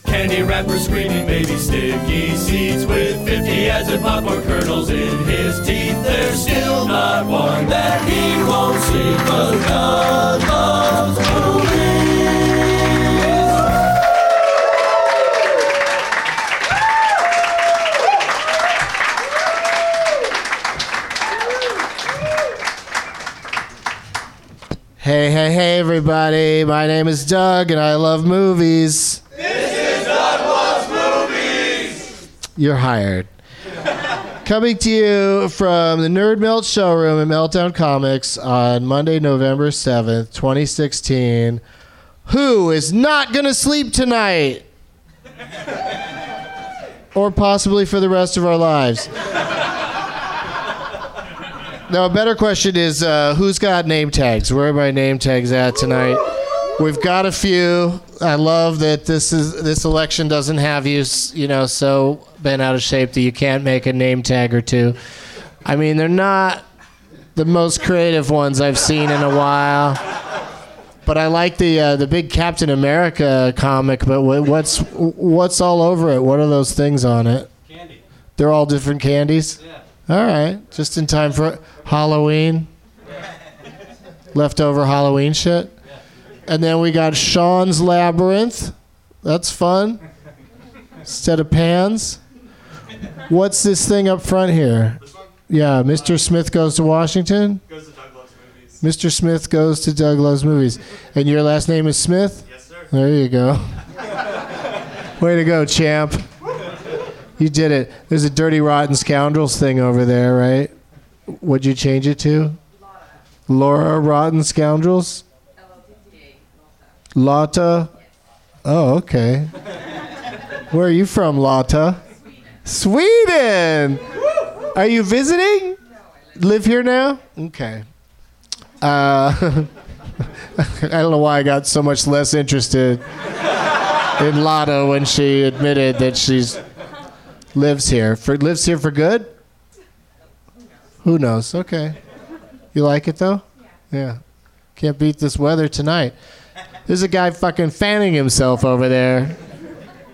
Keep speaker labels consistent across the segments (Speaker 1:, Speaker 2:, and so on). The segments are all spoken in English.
Speaker 1: candy wrappers, screaming baby sticky seeds with 50 acid popcorn kernels in his teeth. There's still not one that he won't see, but God loves
Speaker 2: Hey, hey, hey, everybody. My name is Doug and I love movies. This is Doug Loves Movies. You're hired. Coming to you from the Nerd Melt showroom at Meltdown Comics on Monday, November 7th, 2016. Who is not going to sleep tonight? or possibly for the rest of our lives. Now, a better question is uh, who's got name tags? Where are my name tags at tonight? We've got a few. I love that this is this election doesn't have you, s- you know, so bent out of shape that you can't make a name tag or two. I mean, they're not the most creative ones I've seen in a while. But I like the uh, the big Captain America comic. But wh- what's what's all over it? What are those things on it? Candy. They're all different candies. All right, just in time for Halloween. Leftover Halloween shit. And then we got Sean's Labyrinth. That's fun. Instead of pans. What's this thing up front here? Yeah, Mr. Smith goes to Washington.
Speaker 1: Goes to Doug Loves Movies.
Speaker 2: Mr. Smith goes to Doug Loves Movies. And your last name is Smith?
Speaker 1: Yes, sir.
Speaker 2: There you go. Way to go, champ. You did it. There's a dirty rotten scoundrels thing over there, right? What'd you change it to? Laura Rotten Scoundrels? Lotta? Oh, okay. Where are you from, Lotta? Sweden. Are you visiting? Live here now? Okay. Uh, I don't know why I got so much less interested in Lotta when she admitted that she's lives here for lives here for good. Who knows? Okay, you like it though? Yeah.
Speaker 3: Can't beat this weather tonight. There's a guy fucking fanning himself over there.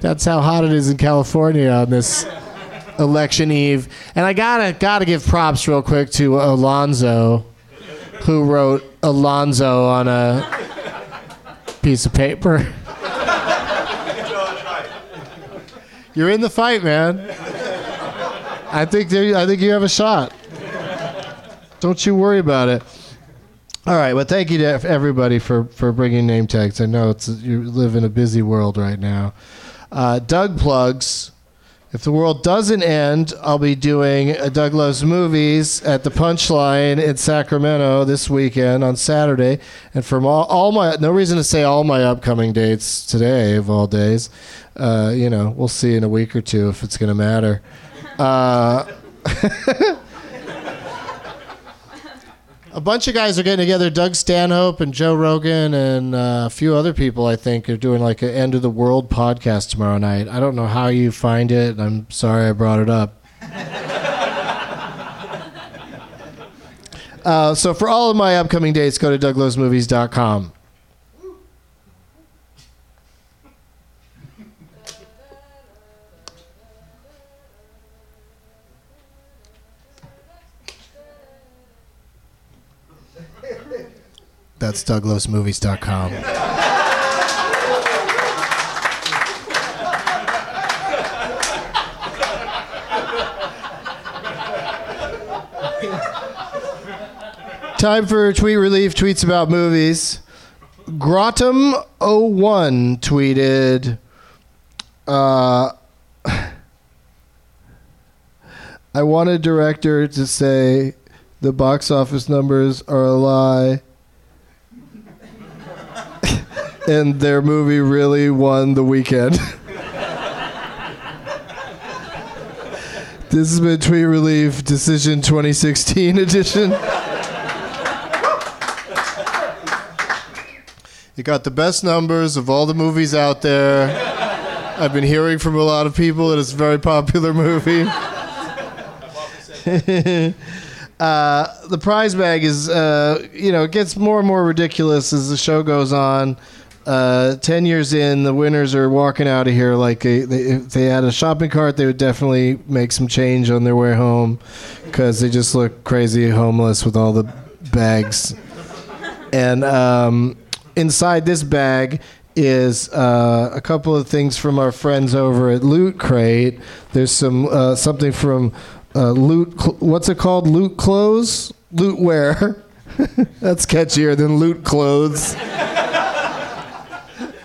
Speaker 3: That's how hot it is in California on this election eve. And I gotta gotta give props real quick to Alonzo, who wrote Alonzo on a piece of paper. You're in the fight, man. I think there, I think you have a shot. Don't you worry about it. All right. Well, thank you to ev- everybody for for bringing name tags. I know it's you live in a busy world right now. Uh, Doug plugs. If the world doesn't end, I'll be doing a Doug Loves Movies at the Punchline in Sacramento this weekend on Saturday. And from all, all my, no reason to say all my upcoming dates today of all days. Uh, you know, we'll see in a week or two if it's going to matter. a bunch of guys are getting together. Doug Stanhope and Joe Rogan and uh, a few other people, I think, are doing like an end of the world podcast tomorrow night. I don't know how you find it. and I'm sorry I brought it up. uh, so for all of my upcoming dates, go to douglovesmovies.com. That's douglovesmovies.com. Time for tweet relief tweets about movies. Grotum01 tweeted, uh, I want a director to say the box office numbers are a lie and their movie really won the weekend. this has been Tweet Relief Decision 2016 edition. You got the best numbers of all the movies out there. I've been hearing from a lot of people that it's a very popular movie. the prize bag is, uh, you know, it gets more and more ridiculous as the show goes on. Uh, ten years in, the winners are walking out of here like they, they, if they had a shopping cart, they would definitely make some change on their way home because they just look crazy homeless with all the bags. And um, inside this bag is uh, a couple of things from our friends over at Loot Crate. There's some uh, something from uh, Loot. Cl- what's it called? Loot clothes. Loot wear. That's catchier than loot clothes.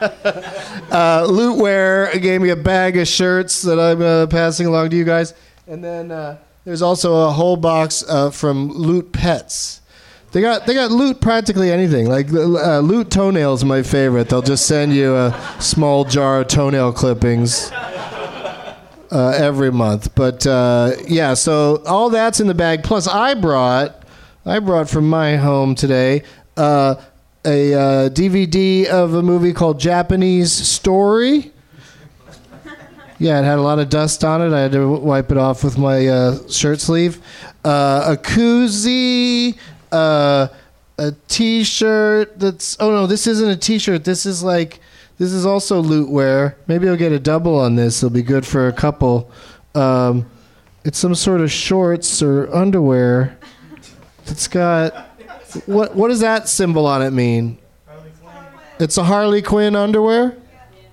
Speaker 3: uh, Lootwear gave me a bag of shirts that I'm uh, passing along to you guys. And then uh, there's also a whole box uh, from Loot Pets. They got they got loot practically anything. Like uh, loot toenails, my favorite. They'll just send you a small jar of toenail clippings uh, every month. But uh, yeah, so all that's in the bag. Plus, I brought I brought from my home today uh, a uh, DVD of a movie called Japanese Story. Yeah, it had a lot of dust on it. I had to wipe it off with my uh, shirt sleeve. Uh, a koozie, uh, a t-shirt. That's oh no, this isn't a t-shirt. This is like this is also loot wear. Maybe I'll get a double on this. It'll be good for a couple. Um, it's some sort of shorts or underwear. It's got what? What does that symbol on it mean? It's a Harley Quinn underwear.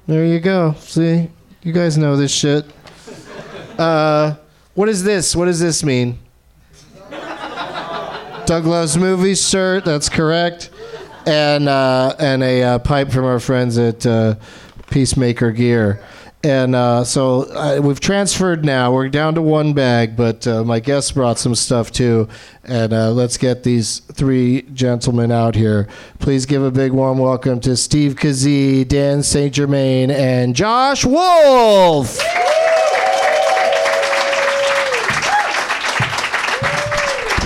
Speaker 3: There you go. See, you guys know this shit. Uh, what is this? What does this mean? Doug loves movies shirt. That's correct. And uh, and a uh, pipe from our friends at uh, Peacemaker Gear. And uh, so uh, we've transferred now. We're down to one bag, but uh, my guests brought some stuff too. And uh, let's get these three gentlemen out here. Please give a big warm welcome to Steve Kazee, Dan St. Germain, and Josh Wolf.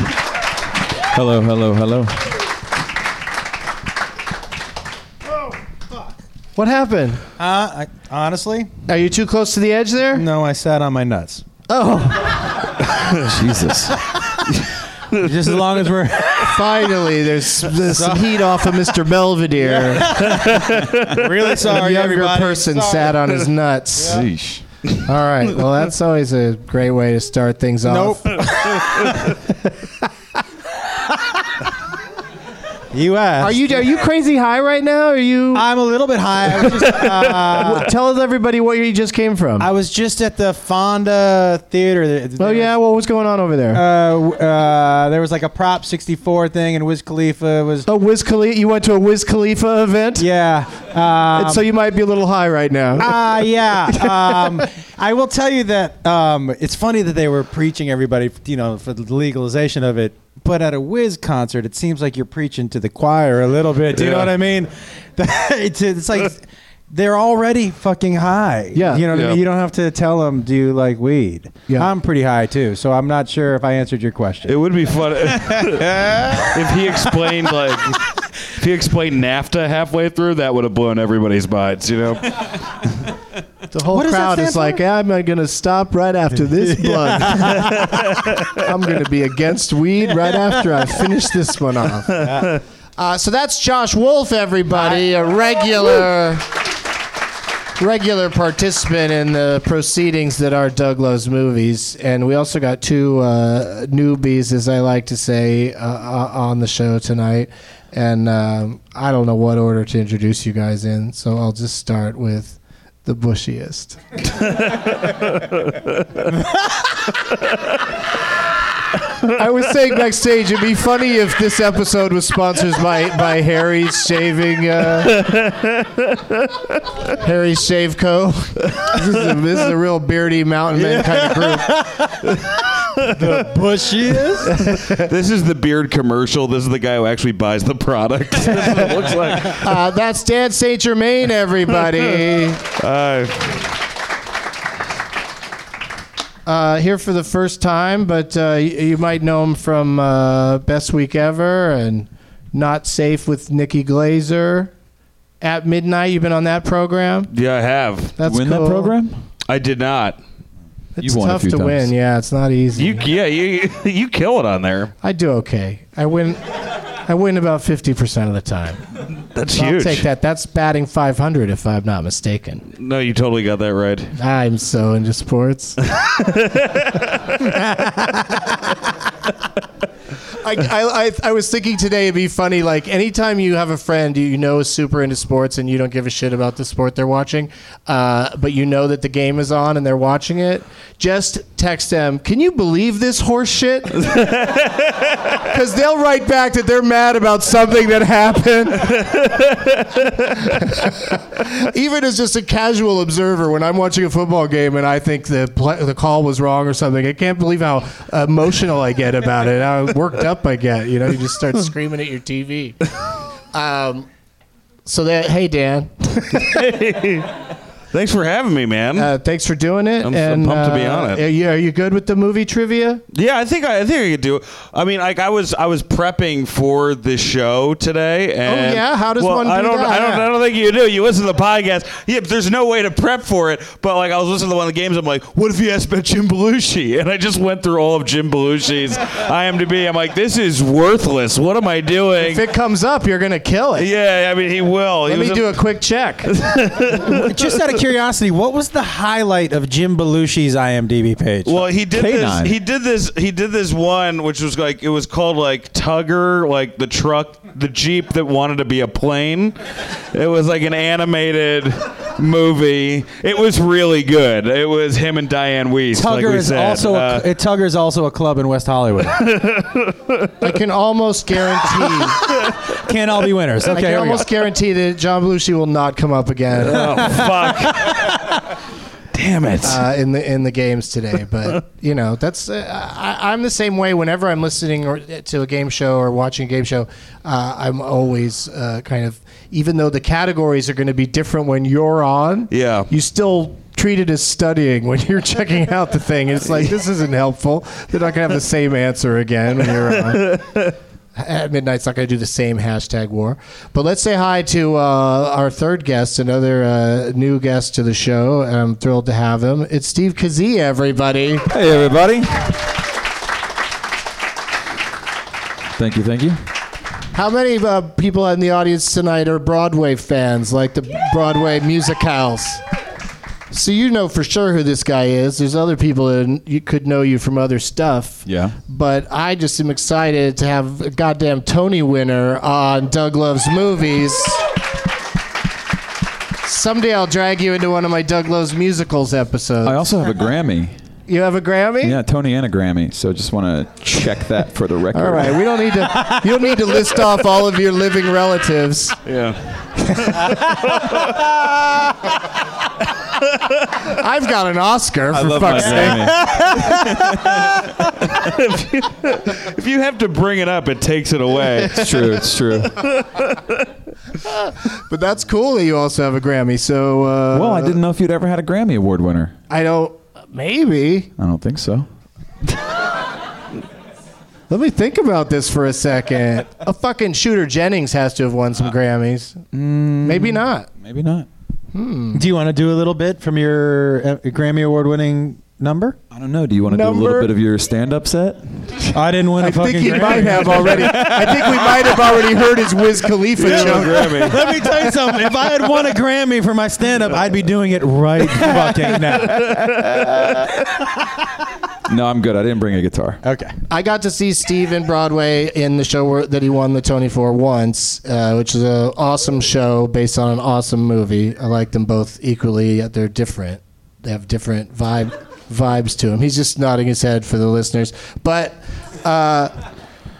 Speaker 4: Hello, hello, hello.
Speaker 3: What happened?
Speaker 5: Uh, I, honestly,
Speaker 3: Are you too close to the edge there?
Speaker 5: no, I sat on my nuts.
Speaker 3: Oh.
Speaker 4: Jesus.
Speaker 5: Just as long as we're
Speaker 3: Finally, there's, there's some heat off of Mr. Belvedere.
Speaker 5: Really
Speaker 3: A
Speaker 5: sorry,
Speaker 3: younger
Speaker 5: everybody.
Speaker 3: person
Speaker 5: Sorry.
Speaker 3: sat on his nuts.
Speaker 4: Sheesh.
Speaker 3: All right. Well, that's always a great way to start things off.
Speaker 5: Nope. you asked.
Speaker 3: Are you are you crazy high right now? Are you?
Speaker 5: I'm a little bit high. I was just, uh,
Speaker 3: tell everybody where you just came from.
Speaker 5: I was just at the Fonda Theater.
Speaker 3: oh yeah. Well, what's going on over there?
Speaker 5: Uh, w- uh, there was like a Prop 64 thing, and Wiz Khalifa was.
Speaker 3: a Oh, Wiz Khalifa. You went to a Wiz Khalifa event.
Speaker 5: Yeah. Um,
Speaker 3: And so you might be a little high right now.
Speaker 5: uh, yeah. Um, I will tell you that um, it's funny that they were preaching everybody, you know, for the legalization of it. But at a Whiz concert, it seems like you're preaching to the choir a little bit. Do you know
Speaker 4: Yeah.
Speaker 5: what I mean? it's, it's like they're already fucking high.
Speaker 3: Yeah.
Speaker 5: You know what I
Speaker 4: Yeah.
Speaker 5: mean? You don't have to tell them, do you like weed?
Speaker 3: Yeah.
Speaker 5: I'm pretty high too, so I'm not sure if I answered your question.
Speaker 4: It would be fun if he explained like if he explained NAFTA halfway through. That would have blown everybody's minds, you know.
Speaker 3: the whole
Speaker 5: What does that
Speaker 3: crowd
Speaker 5: stand
Speaker 3: is like,
Speaker 5: for?
Speaker 3: I'm gonna stop right after this blood. I'm gonna be against weed right after I finish this one off. Uh, so that's Josh Wolf, everybody, a regular. Regular participant in the proceedings that are Doug Loves movies, and we also got two uh, newbies, as I like to say, uh, uh, on the show tonight. And um, I don't know what order to introduce you guys in, so I'll just start with the bushiest. I was saying backstage, it'd be funny if this episode was sponsored by by Harry's shaving uh, Harry's Shave Co. this, is a, this is a real beardy mountain man kind of group.
Speaker 5: Bushy is?
Speaker 4: This is the beard commercial. This is the guy who actually buys the product. this is what it looks like.
Speaker 3: Uh, that's Dan Saint Germain, everybody.
Speaker 4: Uh,
Speaker 3: Uh, here for the first time, but uh, you, you might know him from uh, Best Week Ever and Not Safe with Nikki Glazer. At midnight, you've been on that program.
Speaker 4: yeah, I have.
Speaker 3: That's
Speaker 4: Win-
Speaker 3: cool.
Speaker 4: that program? I did not.
Speaker 3: It's
Speaker 4: won a
Speaker 3: tough
Speaker 4: few
Speaker 3: to
Speaker 4: times.
Speaker 3: win. Yeah, it's not easy.
Speaker 4: You yeah you you kill it on there.
Speaker 3: I do okay. I win. I win about fifty percent of the time.
Speaker 4: That's
Speaker 3: So I'll
Speaker 4: huge.
Speaker 3: take that. That's batting 500, if I'm not mistaken.
Speaker 4: No, you totally got that right.
Speaker 3: I'm so into sports. I, I, I, I was thinking today it'd be funny. Like, anytime you have a friend you know is super into sports and you don't give a shit about the sport they're watching, uh, but you know that the game is on and they're watching it, just text them, Can you believe this horse shit? Because they'll write back that they're mad about something that happened. even as just a casual observer, when I'm watching a football game and I think the play, the call was wrong or something, I can't believe how emotional I get about it. How worked up I get. You know, you just start screaming at your TV. Um, so that, hey Dan,
Speaker 4: Thanks for having me, man.
Speaker 3: uh, thanks for doing it.
Speaker 4: I'm so
Speaker 3: and,
Speaker 4: pumped to be
Speaker 3: uh,
Speaker 4: on it.
Speaker 3: Are you, are you good with the movie trivia?
Speaker 4: Yeah, I think I, I think I could do. it. I mean, like I was I was prepping for the show today. And,
Speaker 3: Oh, yeah? How does
Speaker 4: well,
Speaker 3: one
Speaker 4: I
Speaker 3: do
Speaker 4: don't,
Speaker 3: that?
Speaker 4: I don't I don't think you do. You listen to the podcast. Yeah, but there's no way to prep for it. But like I was listening to one of the games. I'm like, what if you asked about Jim Belushi? And I just went through all of Jim Belushi's IMDb. I'm like, this is worthless. What am I doing?
Speaker 3: If it comes up, you're gonna kill it.
Speaker 4: Yeah, I mean, he will.
Speaker 3: Let me do a quick check.
Speaker 5: Just out of curiosity, what was the highlight of Jim Belushi's IMDb page?
Speaker 4: Well, he did
Speaker 5: Canine.
Speaker 4: this. He did this. He did this one, which was like it was called like Tugger, like the truck, the jeep that wanted to be a plane. It was like an animated movie. It was really good. It was him and Diane Weiss. like
Speaker 5: Tugger
Speaker 4: we
Speaker 5: is
Speaker 4: said.
Speaker 5: also
Speaker 4: Uh,
Speaker 5: a, Tugger is also a club in West Hollywood.
Speaker 3: I can almost guarantee.
Speaker 5: Can't all be winners.
Speaker 3: I
Speaker 5: Okay,
Speaker 3: can
Speaker 5: here we go.
Speaker 3: almost guarantee that John Belushi will not come up again.
Speaker 4: oh, fuck. Damn it.
Speaker 5: Um,
Speaker 3: uh, in the in the games today. But you know, that's uh, I, I'm the same way. Whenever I'm listening or, to a game show or watching a game show, uh, I'm always uh, kind of even though the categories are going to be different when you're on.
Speaker 4: Yeah.
Speaker 3: you still. Treat it as studying when you're checking out the thing. It's like this isn't helpful. They're not gonna have the same answer again when you're on. At midnight's not gonna do the same hashtag war. But let's say hi to uh, our third guest, another uh, new guest to the show. and I'm thrilled to have him. It's Steve Kazee, everybody.
Speaker 5: Hey, everybody.
Speaker 6: Thank you, thank you.
Speaker 3: How many uh, people in the audience tonight are Broadway fans, like the Broadway musicals? So you know for sure who this guy is. There's other people that you could know you from other stuff.
Speaker 6: Yeah.
Speaker 3: But I just am excited to have a goddamn Tony winner on Doug Loves Movies. Someday I'll drag you into one of my Doug Loves Musicals episodes.
Speaker 6: I also have a Grammy.
Speaker 3: you have a Grammy?
Speaker 6: Yeah, Tony and a Grammy. So just want to check that for the record.
Speaker 3: All right. We don't need to. You don't need to list off all of your living relatives.
Speaker 4: Yeah.
Speaker 3: I've got an Oscar for fuck's sake.
Speaker 6: Grammy.
Speaker 4: If you have to bring it up, it takes it away.
Speaker 6: It's true. It's true.
Speaker 3: But that's cool that you also have a Grammy. So uh,
Speaker 4: Oh,
Speaker 6: Well, I didn't know if you'd ever had a Grammy award winner.
Speaker 3: I don't. Maybe.
Speaker 6: I don't think so.
Speaker 3: Let me think about this for a second. a fucking Shooter Jennings has to have won some Grammys.
Speaker 6: Mm.
Speaker 3: Maybe not.
Speaker 6: Maybe not.
Speaker 5: Do you want to do a little bit from your uh, Grammy award winning number?
Speaker 6: I don't know. Do you want to do a
Speaker 3: Number-
Speaker 6: little bit of your stand-up set?
Speaker 5: I didn't win a
Speaker 3: I
Speaker 5: fucking
Speaker 3: think he
Speaker 5: Grammy.
Speaker 3: might have already. I think we might have already heard his Wiz Khalifa joke.
Speaker 4: Grammy.
Speaker 5: Let me tell you something. If I had won a Grammy for my stand up, I'd be doing it right fucking now.
Speaker 6: No, I'm good. I didn't bring a guitar.
Speaker 5: Okay.
Speaker 3: I got to see Steve in Broadway in the show where, that he won the Tony for once, uh, which is an awesome show based on an awesome movie. I like them both equally, yet they're different. They have different vibe vibes to them. He's just nodding his head for the listeners, but. Uh,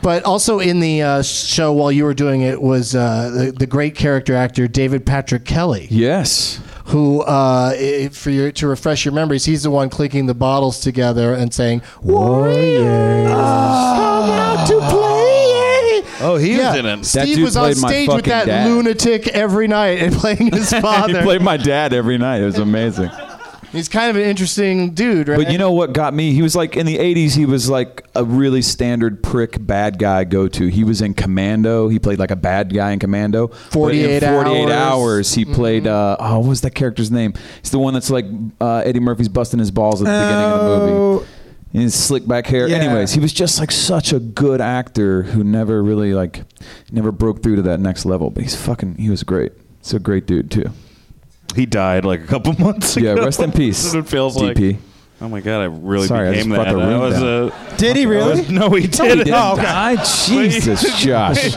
Speaker 3: but also in the uh, show while you were doing it was uh, the, the great character actor David Patrick Kelly
Speaker 6: Yes.
Speaker 3: who, uh, i- for your to refresh your memories, he's the one clinking the bottles together and saying, "Warriors,
Speaker 6: Ah.
Speaker 3: come out to play."
Speaker 4: Oh, he
Speaker 3: Yeah,
Speaker 4: was in it.
Speaker 6: That
Speaker 3: Steve
Speaker 6: dude
Speaker 3: was on
Speaker 6: played my
Speaker 3: stage with
Speaker 6: fucking
Speaker 3: that
Speaker 6: dad.
Speaker 3: lunatic every night and playing his
Speaker 6: He
Speaker 3: father.
Speaker 6: played my dad every night. It was amazing.
Speaker 3: He's kind of an interesting dude, right?
Speaker 6: But you know what got me? He was like in the '80s. He was like a really standard prick bad guy go to. He was in Commando. He played like a bad guy in Commando. But in
Speaker 3: 48
Speaker 6: 48
Speaker 3: hours.
Speaker 6: hours. he played. Uh, oh, what was that character's name? He's the one that's like uh, Eddie Murphy's busting his balls at the beginning of the
Speaker 5: Oh.
Speaker 6: movie. And his slick back hair.
Speaker 5: Yeah.
Speaker 6: Anyways, he was just like such a good actor who never really like never broke through to that next level. But he's fucking. He was great. He's a great dude too.
Speaker 4: He died like a couple months ago.
Speaker 6: Yeah, rest in peace,
Speaker 4: That's what it feels
Speaker 6: DP.
Speaker 4: like. Oh my god, I really
Speaker 6: Sorry, I
Speaker 4: became
Speaker 6: just
Speaker 4: that.
Speaker 6: brought the
Speaker 4: That
Speaker 6: ring
Speaker 4: was
Speaker 6: down.
Speaker 4: a
Speaker 5: Did he
Speaker 4: that
Speaker 5: really?
Speaker 4: was- no, he Oh,
Speaker 6: No, he
Speaker 4: didn't.
Speaker 6: didn't die. Jesus, Josh.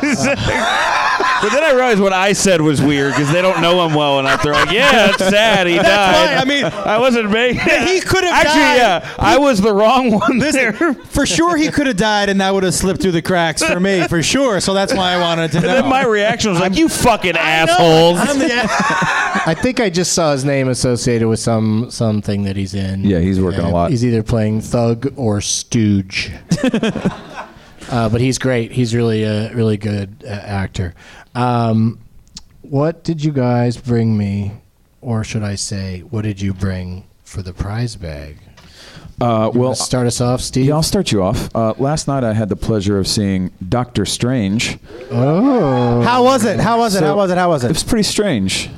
Speaker 4: But then I realized what I said was weird because they don't know him well enough. They're like, "Yeah, it's sad. He died."
Speaker 5: why, I mean-
Speaker 4: I wasn't making.
Speaker 5: he could have
Speaker 4: actually.
Speaker 5: died.
Speaker 4: Yeah, I was the wrong one there.
Speaker 5: For sure, he could have died, and that would have slipped through the cracks for me, for sure. So that's why I wanted to know.
Speaker 4: Then my reaction was like, "You fucking assholes!"
Speaker 3: I think I just saw his name associated with some something that he's in.
Speaker 6: Yeah, he's working a lot.
Speaker 3: He's either playing thug or stooge. uh, but he's great. He's really a really good uh, actor. Um, what did you guys bring me, or should I say, what did you bring for the prize bag?
Speaker 6: Uh, well,
Speaker 3: Let's start us off, Steve.
Speaker 6: yeah, I'll start you off. Uh, last night I had the pleasure of seeing Doctor Strange.
Speaker 3: oh,
Speaker 5: How was it? How was it?
Speaker 6: So-
Speaker 5: How was it? How was
Speaker 6: It
Speaker 5: it?
Speaker 6: was pretty strange.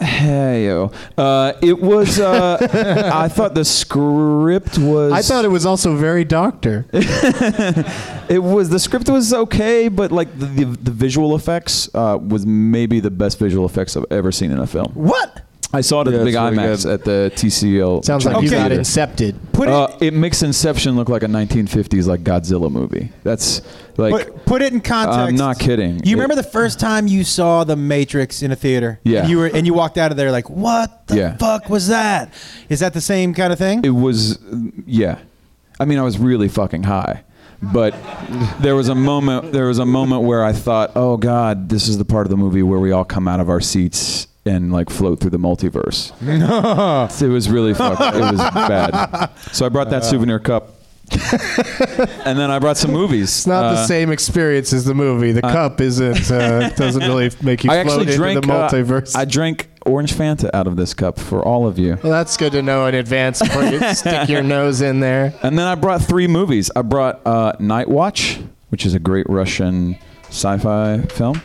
Speaker 6: Hey yo, uh, it was. Uh, I thought the script was.
Speaker 3: I thought it was also very doctor.
Speaker 6: it was the script was okay, but like the the, the visual effects uh, was maybe the best visual effects I've ever seen in a film.
Speaker 5: What?
Speaker 6: I saw it at
Speaker 4: Yeah,
Speaker 6: the big
Speaker 4: it's really
Speaker 6: IMAX
Speaker 4: good.
Speaker 6: at the TCL.
Speaker 3: Sounds like you
Speaker 5: Okay.
Speaker 3: got incepted.
Speaker 5: Put it.
Speaker 6: Uh, it makes Inception look like a 1950s like Godzilla movie. That's like
Speaker 5: put, put it in context.
Speaker 6: I'm not kidding.
Speaker 5: You
Speaker 6: It-
Speaker 5: remember the first time you saw The Matrix in a theater?
Speaker 6: Yeah.
Speaker 5: And you were and you walked out of there like, what the
Speaker 6: Yeah.
Speaker 5: fuck was that? Is that the same kind of thing?
Speaker 6: It was, yeah. I mean, I was really fucking high, but there was a moment. There was a moment where I thought, "Oh God, this is the part of the movie where we all come out of our seats and like float through the multiverse." it was really fucked. It was bad. So I brought
Speaker 3: Uh.
Speaker 6: that souvenir cup, and then I brought some movies.
Speaker 3: It's not the
Speaker 6: Uh,
Speaker 3: same experience as the movie. The cup isn't uh, doesn't really make you
Speaker 6: I
Speaker 3: float
Speaker 6: actually
Speaker 3: into
Speaker 6: drank.
Speaker 3: the
Speaker 6: uh,
Speaker 3: multiverse.
Speaker 6: I drank orange Fanta out of this cup for all of you.
Speaker 3: Well, that's good to know in advance before you stick your nose in there.
Speaker 6: And then I brought three movies. I brought uh, Night Watch, which is a great Russian sci-fi film.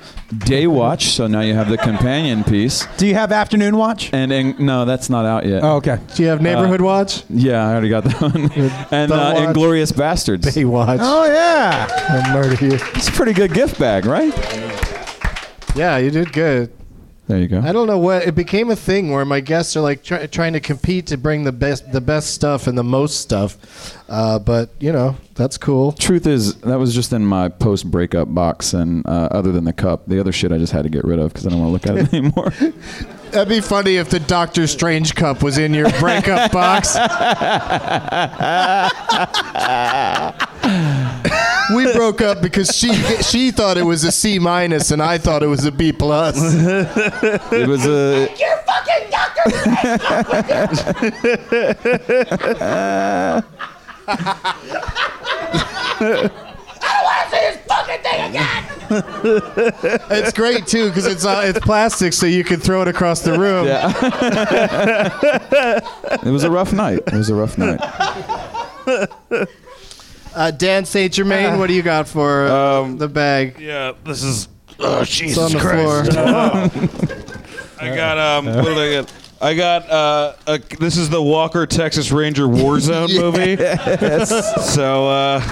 Speaker 6: Day Watch. So now you have the companion piece.
Speaker 5: Do you have afternoon watch?
Speaker 6: And, and no, that's not out yet.
Speaker 5: Oh, okay.
Speaker 3: Do you have Neighborhood Watch?
Speaker 6: Yeah, I already got that one. and
Speaker 3: The
Speaker 6: uh,
Speaker 3: Watch.
Speaker 6: Inglorious Bastards.
Speaker 3: They watch.
Speaker 5: Oh yeah.
Speaker 3: I'll murder you.
Speaker 6: It's a pretty good gift bag, right?
Speaker 3: Yeah, you did good.
Speaker 6: There you go.
Speaker 3: I don't know what it became a thing where my guests are like try, trying to compete to bring the best, the best stuff and the most stuff. Uh, but you know that's cool.
Speaker 6: Truth is, that was just in my post breakup box, and uh, other than the cup, the other shit I just had to get rid of because I don't want to look at it anymore.
Speaker 3: That'd be funny if the Doctor Strange cup was in your breakup box. we broke up because she she thought it was a C minus and I thought it was a B plus.
Speaker 6: it was a.
Speaker 1: You're fucking Dr.
Speaker 3: It's great too because it's uh, it's plastic, so you can throw it across the room.
Speaker 6: Yeah. it was a rough night. It was a rough night.
Speaker 3: Uh, Dan Saint Germain, what do you got for uh,
Speaker 4: Um,
Speaker 3: the bag?
Speaker 4: Yeah, this is. Oh, Jesus
Speaker 3: on the
Speaker 4: Christ.
Speaker 3: floor.
Speaker 4: Uh, I got, um, what did I get? I got, uh, a, this is the Walker Texas Ranger Warzone movie. So, uh,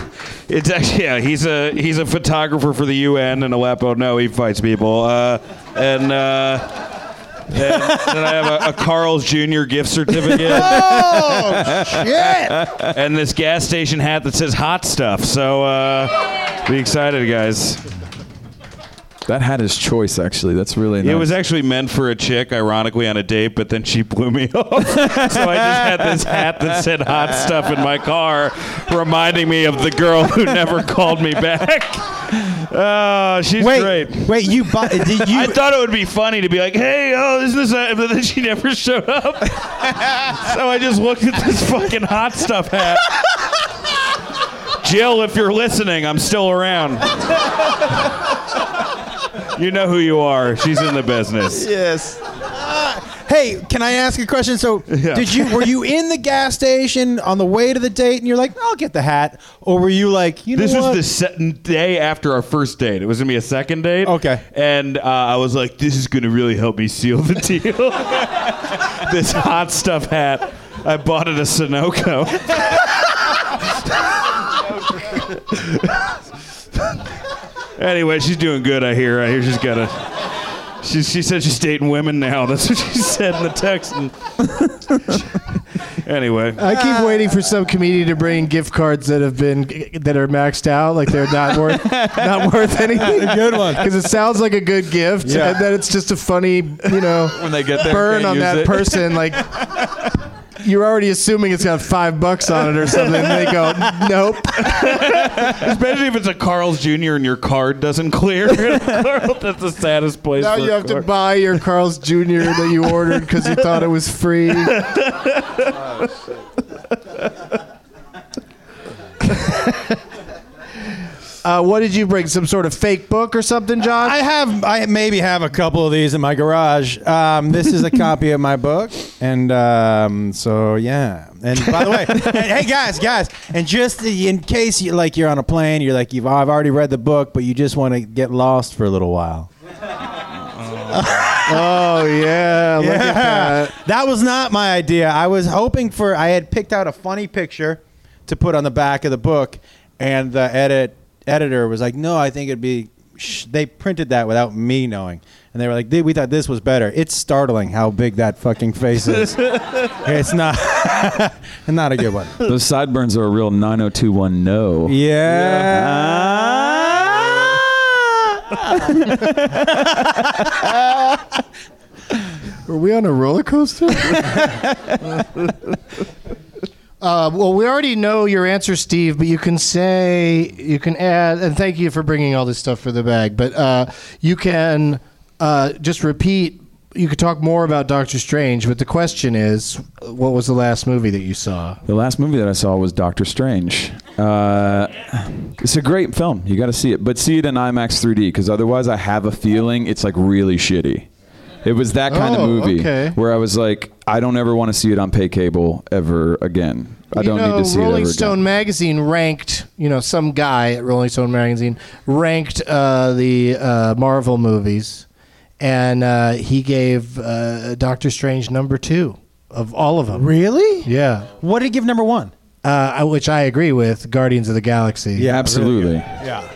Speaker 4: it's actually, yeah, he's a, he's a photographer for the UN and Aleppo. No, he fights people. Uh, and, uh, and then I have a, a Carl's Jr. gift certificate.
Speaker 3: Yeah.
Speaker 4: and this gas station hat that says hot stuff. So uh, be excited, guys.
Speaker 6: That had his choice, actually. That's really nice.
Speaker 4: It was actually meant for a chick, ironically, on a date, but then she blew me off. so I just had this hat that said hot stuff in my car, reminding me of the girl who never called me back. Oh, she's
Speaker 5: Wait.
Speaker 4: great.
Speaker 5: Wait. You bought? Did you?
Speaker 4: I thought it would be funny to be like, "Hey, oh, isn't this?" A, but then she never showed up. so I just looked at this fucking hot stuff hat. Jill, if you're listening, I'm still around. you know who you are. She's in the business.
Speaker 5: Yes. Hey, can I ask a question? So, did you were you in the gas station on the way to the date, and you're like, "I'll get the hat," or were you like, "You know
Speaker 4: This
Speaker 5: what?"
Speaker 4: was the se- day after our first date. It was gonna be a second date.
Speaker 5: Okay.
Speaker 4: And uh, I was like, "This is gonna really help me seal the deal." this hot stuff hat. I bought it at Sunoco. anyway, she's doing good. I hear. I hear she's got a. She, she said she's dating women now. That's what she said in the text. And anyway,
Speaker 3: I keep waiting for some comedian to bring gift cards that have been that are maxed out, like they're not worth not worth anything.
Speaker 5: good one.
Speaker 3: Because it sounds like a good gift,
Speaker 6: Yeah.
Speaker 3: and then it's just a funny, you know,
Speaker 6: when they get there.
Speaker 3: burn
Speaker 6: can't
Speaker 3: on
Speaker 6: use
Speaker 3: that
Speaker 6: it.
Speaker 3: person. Like you're already assuming it's got five bucks on it or something. And they go, nope.
Speaker 4: Especially if it's a Carl's Jr. and your card doesn't clear. Carl, that's the saddest place.
Speaker 3: Now
Speaker 4: for a
Speaker 3: you have to
Speaker 4: card.
Speaker 3: buy your Carl's Jr. that you ordered because you thought it was free. Uh, what did you bring? Some sort of fake book or something, Josh?
Speaker 5: I have, I maybe have a couple of these in my garage. Um, this is a copy of my book, and um, so yeah. And by the way, and, hey guys, guys, and just in case you like, you're on a plane, you're like, you've I've already read the book, but you just want to get lost for a little while.
Speaker 3: oh yeah, look at that.
Speaker 5: That was not my idea. I was hoping for. I had picked out a funny picture to put on the back of the book, and the edit editor was like, "No, I think it'd be." Sh-. They printed that without me knowing, and they were like, "Dude, "We thought this was better." It's startling how big that fucking face is. it's not, not a good one.
Speaker 6: Those sideburns are a real 9021 no.
Speaker 5: Yeah.
Speaker 3: Were we on a roller coaster? uh, well, we already know your answer, Steve, but you can say, you can add, and thank you for bringing all this stuff for the bag, but uh, you can uh, just repeat, you could talk more about Doctor Strange, but the question is, what was the last movie that you saw?
Speaker 6: The last movie that I saw was Doctor Strange. Uh, it's a great film. You got to see it, but see it in IMAX 3D because otherwise, I have a feeling it's like really shitty. It was that kind
Speaker 3: Oh,
Speaker 6: of movie
Speaker 3: okay.
Speaker 6: where I was like, I don't ever want to see it on pay cable ever again. I
Speaker 3: You
Speaker 6: don't
Speaker 3: know,
Speaker 6: need to see
Speaker 3: Rolling
Speaker 6: it ever
Speaker 3: Stone
Speaker 6: again.
Speaker 3: magazine ranked, you know, some guy at Rolling Stone magazine ranked uh, the uh, Marvel movies, and uh, he gave uh, Doctor Strange number two of all of them.
Speaker 5: Really?
Speaker 3: Yeah,
Speaker 5: What did he give number one?
Speaker 3: uh, I- which I agree with. Guardians of the Galaxy.
Speaker 6: Yeah, absolutely.
Speaker 5: Yeah.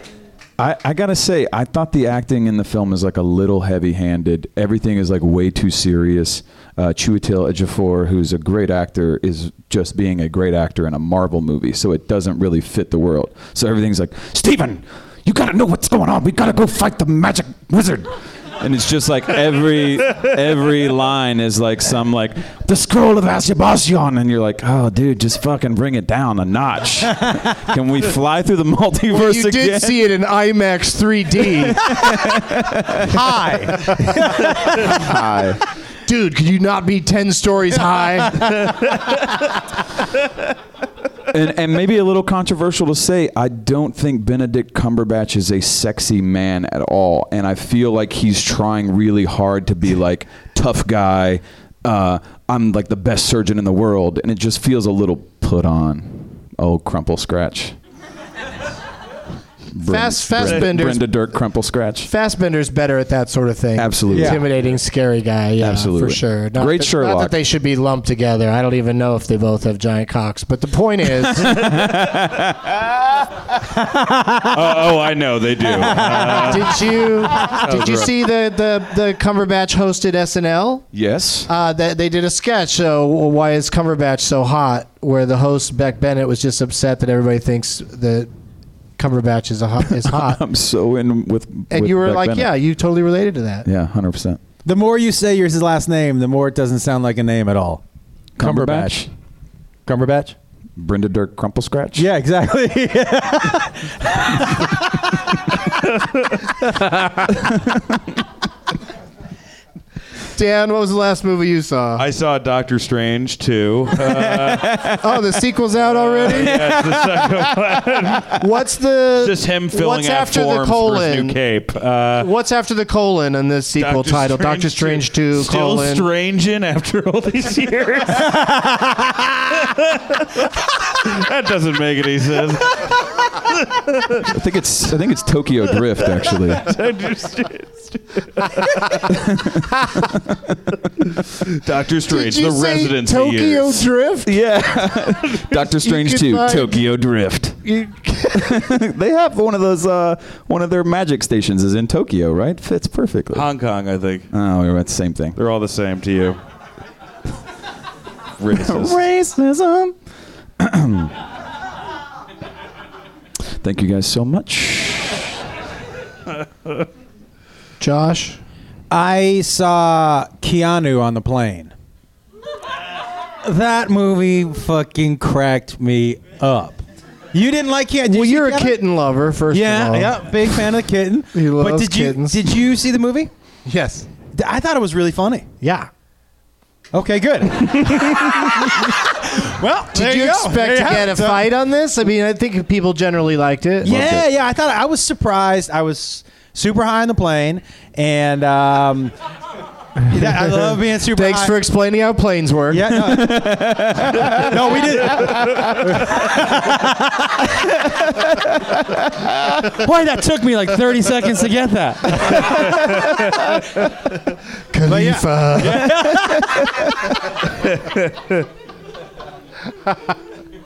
Speaker 6: I, I gotta say, I thought the acting in the film is like a little heavy-handed. Everything is like way too serious. Uh, Chiwetel Ejiofor, who's a great actor, is just being a great actor in a Marvel movie, so it doesn't really fit the world. So everything's like, Steven, you gotta know what's going on. We gotta go fight the magic wizard. And it's just like every every line is like some like the scroll of Asubashion, and you're like, oh dude, just fucking bring it down a notch. Can we fly through the multiverse
Speaker 3: Well, you
Speaker 6: again?
Speaker 3: did see it in IMAX 3D,
Speaker 5: Hi.
Speaker 3: dude. Could you not be ten stories high?
Speaker 6: and, and maybe a little controversial to say, I don't think Benedict Cumberbatch is a sexy man at all, and I feel like he's trying really hard to be like tough guy. Uh, I'm like the best surgeon in the world, and it just feels a little put on. Oh, crumple scratch. Bren-
Speaker 3: Fast-
Speaker 6: Bren-
Speaker 3: Fassbender's-
Speaker 6: Brenda Dirk crumple scratch.
Speaker 3: Fassbender's better at that sort of thing.
Speaker 6: Absolutely.
Speaker 5: Yeah.
Speaker 3: intimidating, scary guy. Yeah,
Speaker 6: Absolutely.
Speaker 3: for sure. Not
Speaker 6: Great
Speaker 3: that, Not
Speaker 6: Sherlock.
Speaker 3: that they should be lumped together. I don't even know if they both have giant cocks. But the point is,
Speaker 4: Oh, oh, I know they do. Uh,
Speaker 3: did you did you
Speaker 6: rough.
Speaker 3: see the the the Cumberbatch hosted SNL?
Speaker 6: Yes.
Speaker 3: Uh, that they did a sketch. So why is Cumberbatch so hot? Where the host Beck Bennett was just upset that everybody thinks that Cumberbatch is a hot, is hot.
Speaker 6: I'm so in with.
Speaker 3: And
Speaker 6: with
Speaker 3: you were
Speaker 6: Beck
Speaker 3: like,
Speaker 6: Bennett.
Speaker 3: yeah, you totally related to that.
Speaker 6: Yeah, hundred percent.
Speaker 5: the more you say your last name, the more it doesn't sound like a name at all.
Speaker 6: Cumberbatch.
Speaker 5: Cumberbatch?
Speaker 6: Brenda Dirk crumple scratch.
Speaker 5: Yeah, exactly.
Speaker 3: Dan, what was the last movie you saw?
Speaker 4: I saw Doctor Strange too. Uh,
Speaker 3: oh, the sequel's out already. What's the
Speaker 4: just him filling
Speaker 3: what's
Speaker 4: out
Speaker 3: after
Speaker 4: forms
Speaker 3: the colon?
Speaker 4: for his new cape. Uh,
Speaker 3: What's after the colon in this sequel title? Doctor Strange Two
Speaker 4: Still
Speaker 3: colon.
Speaker 4: stranging after all these years. that doesn't make any sense.
Speaker 6: I think it's I think it's Tokyo Drift actually.
Speaker 4: Doctor Strange,
Speaker 3: Did you
Speaker 4: the
Speaker 3: say
Speaker 4: residence
Speaker 3: Tokyo
Speaker 4: he is.
Speaker 3: Drift.
Speaker 6: yeah. Doctor Strange
Speaker 3: could
Speaker 6: 2,
Speaker 3: buy-
Speaker 6: Tokyo Drift.
Speaker 3: You-
Speaker 6: They have one of those uh, one of their magic stations is in Tokyo, right? Fits perfectly.
Speaker 4: Hong Kong, I think.
Speaker 6: oh, yeah, that's the same thing.
Speaker 4: They're all the same to you. Racist.
Speaker 6: Racism. Thank you guys so much.
Speaker 3: Josh,
Speaker 5: I saw Keanu on the plane. That movie fucking cracked me up. You didn't like Keanu? did
Speaker 3: well,
Speaker 5: you see
Speaker 3: you're a
Speaker 5: Keanu?
Speaker 3: kitten lover, first of
Speaker 5: Yeah,
Speaker 3: all.
Speaker 5: yeah, big fan of the kitten.
Speaker 3: He
Speaker 5: but
Speaker 3: loves
Speaker 5: did you
Speaker 3: kittens.
Speaker 5: did you see the movie?
Speaker 3: Yes.
Speaker 5: D- I thought it was really funny.
Speaker 3: Yeah.
Speaker 5: Okay, good. well,
Speaker 3: Did you, expect to get a fight on this? I mean, I think people generally liked it.
Speaker 5: Yeah, yeah. I thought I was surprised. I was super high on the plane, and um, yeah, I love being super.
Speaker 3: Thanks
Speaker 5: high.
Speaker 3: for explaining how planes work.
Speaker 5: Yeah. No, No, we did. Why that took me like 30 seconds to get that.
Speaker 3: Khalifa. uh,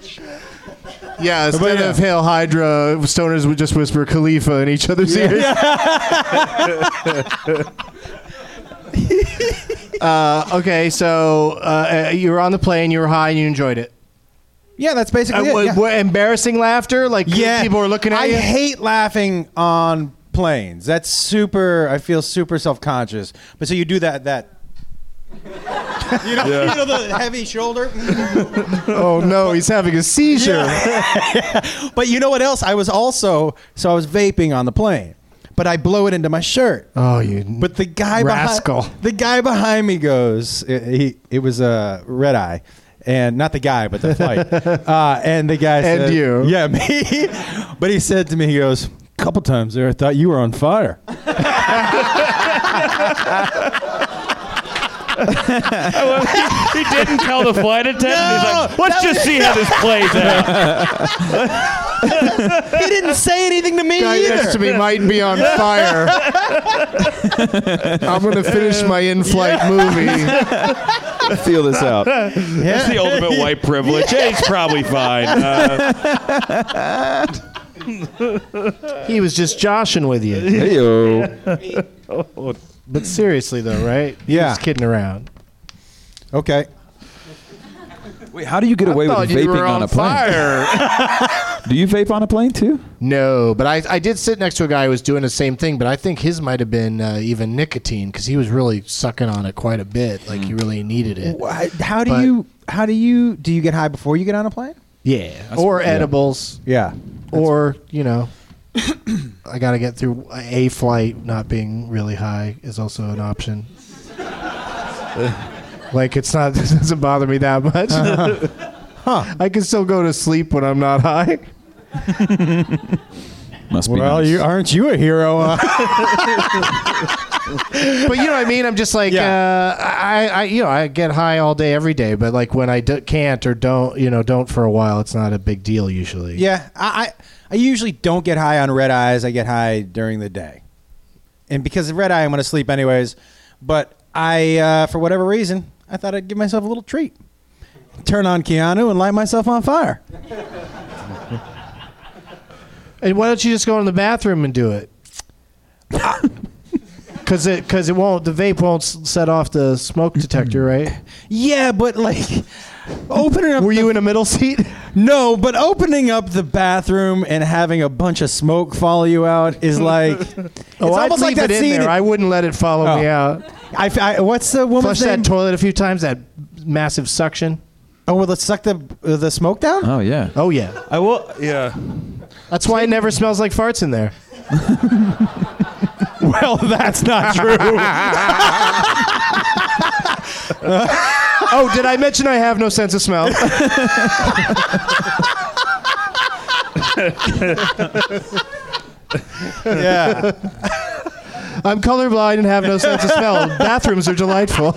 Speaker 3: Yeah, instead
Speaker 5: yeah.
Speaker 3: of Hail Hydra, stoners would just whisper Khalifa in each other's ears. uh, okay, so uh, uh, you were on the plane, you were high, and you enjoyed it.
Speaker 5: Yeah, that's basically
Speaker 3: Uh,
Speaker 5: it.
Speaker 3: wa-
Speaker 5: yeah.
Speaker 3: wa- embarrassing laughter, like
Speaker 5: Yeah.
Speaker 3: people were looking at
Speaker 5: I
Speaker 3: you.
Speaker 5: hate laughing on planes. That's super. I feel super self-conscious. But so you do that. That. You know, you know the heavy shoulder.
Speaker 3: oh no, he's having a seizure.
Speaker 5: But you know what else? I was also so I was vaping on the plane, but I blow it into my shirt.
Speaker 3: Oh, you.
Speaker 5: But the guy
Speaker 3: Rascal.
Speaker 5: behind the guy behind me goes. It, he it was a red eye, and not the guy, but the flight. uh, and the guy
Speaker 3: And
Speaker 5: said,
Speaker 3: you.
Speaker 5: yeah, me. But he said to me, he goes, a couple times there, I thought you were on fire.
Speaker 4: he didn't tell the flight attendant. He's like, let's just see how this plays out.
Speaker 7: He didn't say anything to me
Speaker 3: guy next to
Speaker 7: either.
Speaker 3: me might be on fire. I'm gonna finish my in-flight movie.
Speaker 6: Feel this out.
Speaker 4: That's the ultimate white privilege. Yeah, he's probably fine. Uh,
Speaker 3: He was just joshing with you.
Speaker 6: Hey yo.
Speaker 3: But seriously though, right?
Speaker 5: Yeah.
Speaker 3: Just kidding around.
Speaker 5: Okay.
Speaker 6: Wait, how do you get away with
Speaker 3: Thought you
Speaker 6: vaping
Speaker 3: were on
Speaker 6: on, a plane?
Speaker 3: fire.
Speaker 6: Do you vape on a plane too?
Speaker 3: No, but I, I did sit next to a guy who was doing the same thing, but I think his might have been uh, even nicotine because he was really sucking on it quite a bit. Like
Speaker 6: Mm.
Speaker 3: he really needed it.
Speaker 5: Wha- How do
Speaker 3: But-
Speaker 5: you? How do you? Do you get high before you get on a plane?
Speaker 3: Yeah. Or edibles.
Speaker 5: Yeah.
Speaker 3: Or, you know, I got to get through a flight not being really high is also an option. like it's not, it doesn't bother me that much. I can still go to sleep when I'm not high.
Speaker 6: Must be.
Speaker 5: Well,
Speaker 6: nice.
Speaker 5: you aren't you a hero? Uh,
Speaker 3: but you know what I mean. I'm just like
Speaker 5: Yeah.
Speaker 3: uh, I, I, you know, I get high all day every day. But like when I d- can't or don't, you know, don't for a while, it's not a big deal usually.
Speaker 5: yeah. I, I I usually don't get high on red eyes. I get high during the day, and because of red eye, I'm going to sleep anyways. But I, uh, for whatever reason, I thought I'd give myself a little treat, turn on Keanu and light myself on fire.
Speaker 3: And why don't you just go in the bathroom and do it? Because it, because it won't. The vape won't s- set off the smoke detector, right?
Speaker 5: Yeah, but like opening up.
Speaker 3: Were you in a middle seat?
Speaker 5: No, but opening up the bathroom and having a bunch of smoke follow you out is like. it's
Speaker 3: oh, I'd leave it in there.
Speaker 5: in-
Speaker 3: I wouldn't let it follow
Speaker 5: Oh.
Speaker 3: me out.
Speaker 5: I f- I- what's the woman's
Speaker 3: Flush
Speaker 5: name?
Speaker 3: that toilet a few times. That massive suction.
Speaker 5: oh, well, let's suck the uh, the smoke down.
Speaker 6: Oh yeah.
Speaker 3: Oh yeah,
Speaker 4: I will. Yeah.
Speaker 3: that's why it never smells like farts in there.
Speaker 5: Well, that's not true.
Speaker 3: Oh, did I mention I have no sense of smell?
Speaker 5: yeah,
Speaker 3: I'm colorblind and have no sense of smell. Bathrooms are delightful.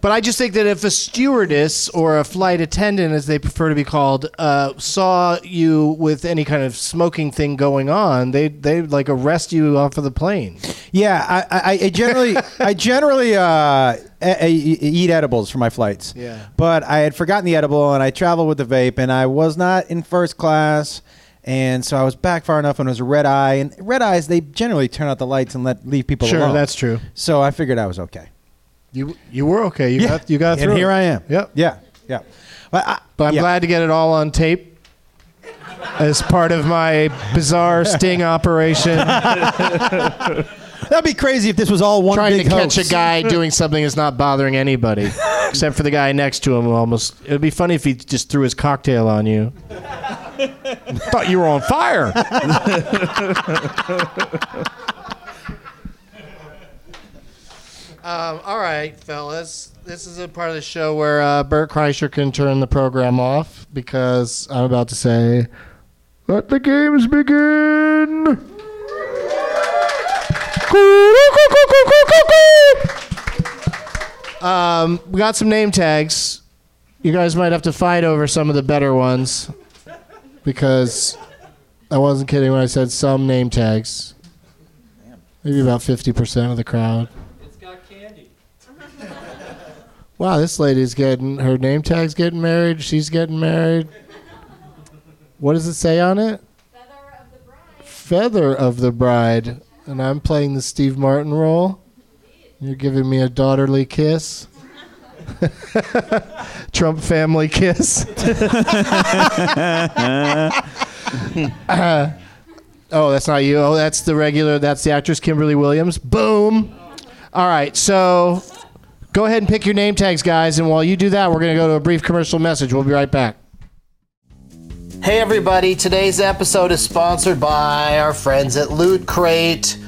Speaker 3: but I just think that if a stewardess or a flight attendant, as they prefer to be called, uh, saw you with any kind of smoking thing going on, they they like arrest you off of the plane.
Speaker 5: yeah. I, I, I generally, I generally uh, e- e- eat edibles for my flights.
Speaker 3: Yeah.
Speaker 5: But I had forgotten the edible, and I traveled with the vape, and I was not in first class, and so I was back far enough, and it was a red eye, and red eyes they generally turn out the lights and let leave people
Speaker 3: Sure,
Speaker 5: alone.
Speaker 3: that's true.
Speaker 5: So I figured I was okay.
Speaker 3: You you were okay. You
Speaker 5: Yeah.
Speaker 3: got you got
Speaker 5: and
Speaker 3: through.
Speaker 5: here
Speaker 3: it.
Speaker 5: I am.
Speaker 3: Yep.
Speaker 5: Yeah. Yeah. But, I,
Speaker 3: But I'm
Speaker 5: yeah.
Speaker 3: glad to get it all on tape as part of my bizarre sting operation.
Speaker 5: that'd be crazy if this was all one
Speaker 3: trying to
Speaker 5: big
Speaker 3: catch
Speaker 5: hoax.
Speaker 3: a guy doing something that's not bothering anybody except for the guy next to him who almost it would be funny if he just threw his cocktail on you thought you were on fire um, all right fellas this is a part of the show where uh, bert kreischer can turn the program off because i'm about to say let the games begin um, we got some name tags. You guys might have to fight over some of the better ones because I wasn't kidding when I said some name tags. Maybe about 50% of the crowd. Wow, this lady's getting her name tag's getting married. She's getting married. What does it say on it? Feather of the Bride, and I'm playing the Steve Martin role. You're giving me a daughterly kiss. Trump family kiss. Uh, oh, that's not you. Oh, that's the regular. That's the actress Kimberly Williams. Boom. All right, so go ahead and pick your name tags, guys. And while you do that, we're going to go to a brief commercial message. We'll be right back.
Speaker 2: Hey everybody, today's episode is sponsored by our friends at Loot Crate.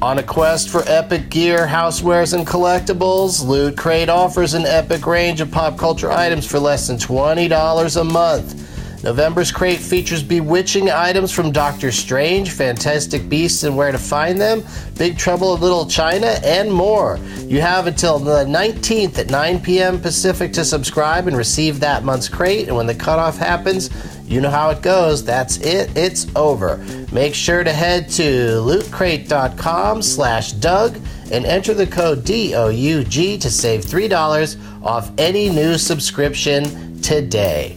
Speaker 2: On a quest for epic gear, housewares, and collectibles, Loot Crate offers an epic range of pop culture items for less than $20 a month. November's Crate features bewitching items from Doctor Strange, Fantastic Beasts and Where to Find Them, Big Trouble in Little China, and more. You have until the 19th at 9 p.m. Pacific to subscribe and receive that month's crate, and when the cutoff happens, you know how it goes. That's it. It's over. Make sure to head to lootcrate.com slash Doug and enter the code DOUG to save $3 off any new subscription today.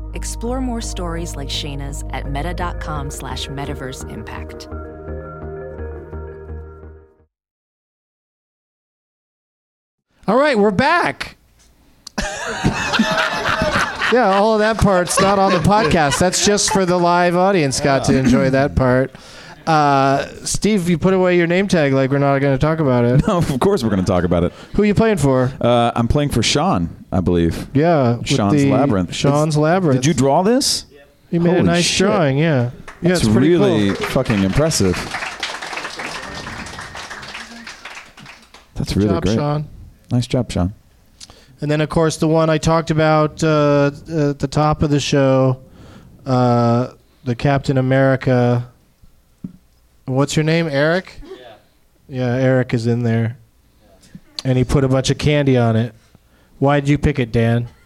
Speaker 8: Explore more stories like Shayna's at meta.com slash metaverse impact.
Speaker 3: All right, we're back. yeah, all of that part's not on the podcast. That's just for the live audience. Got to enjoy that part. Uh, Steve, you put away your name tag like we're not going to talk about it.
Speaker 6: No, of course we're going to talk about it.
Speaker 3: Who you playing for?
Speaker 6: Uh, I'm playing for Sean, I believe.
Speaker 3: Yeah, with
Speaker 6: Sean's
Speaker 3: the-
Speaker 6: Labyrinth.
Speaker 3: Sean's
Speaker 6: It's-
Speaker 3: Labyrinth.
Speaker 6: Did you draw this?
Speaker 3: You made a
Speaker 6: Holy
Speaker 3: nice
Speaker 6: shit.
Speaker 3: drawing. Yeah, yeah,
Speaker 6: That's
Speaker 3: it's pretty
Speaker 6: really
Speaker 3: cool.
Speaker 6: fucking impressive. That's really
Speaker 3: job,
Speaker 6: great.
Speaker 3: Sean.
Speaker 6: Nice job, Sean.
Speaker 3: And then, of course, the one I talked about uh, at the top of the show, uh, the Captain America. What's your name, Eric? Yeah. Yeah, Eric is in there, and he put a bunch of candy on it. Why would you pick it, Dan?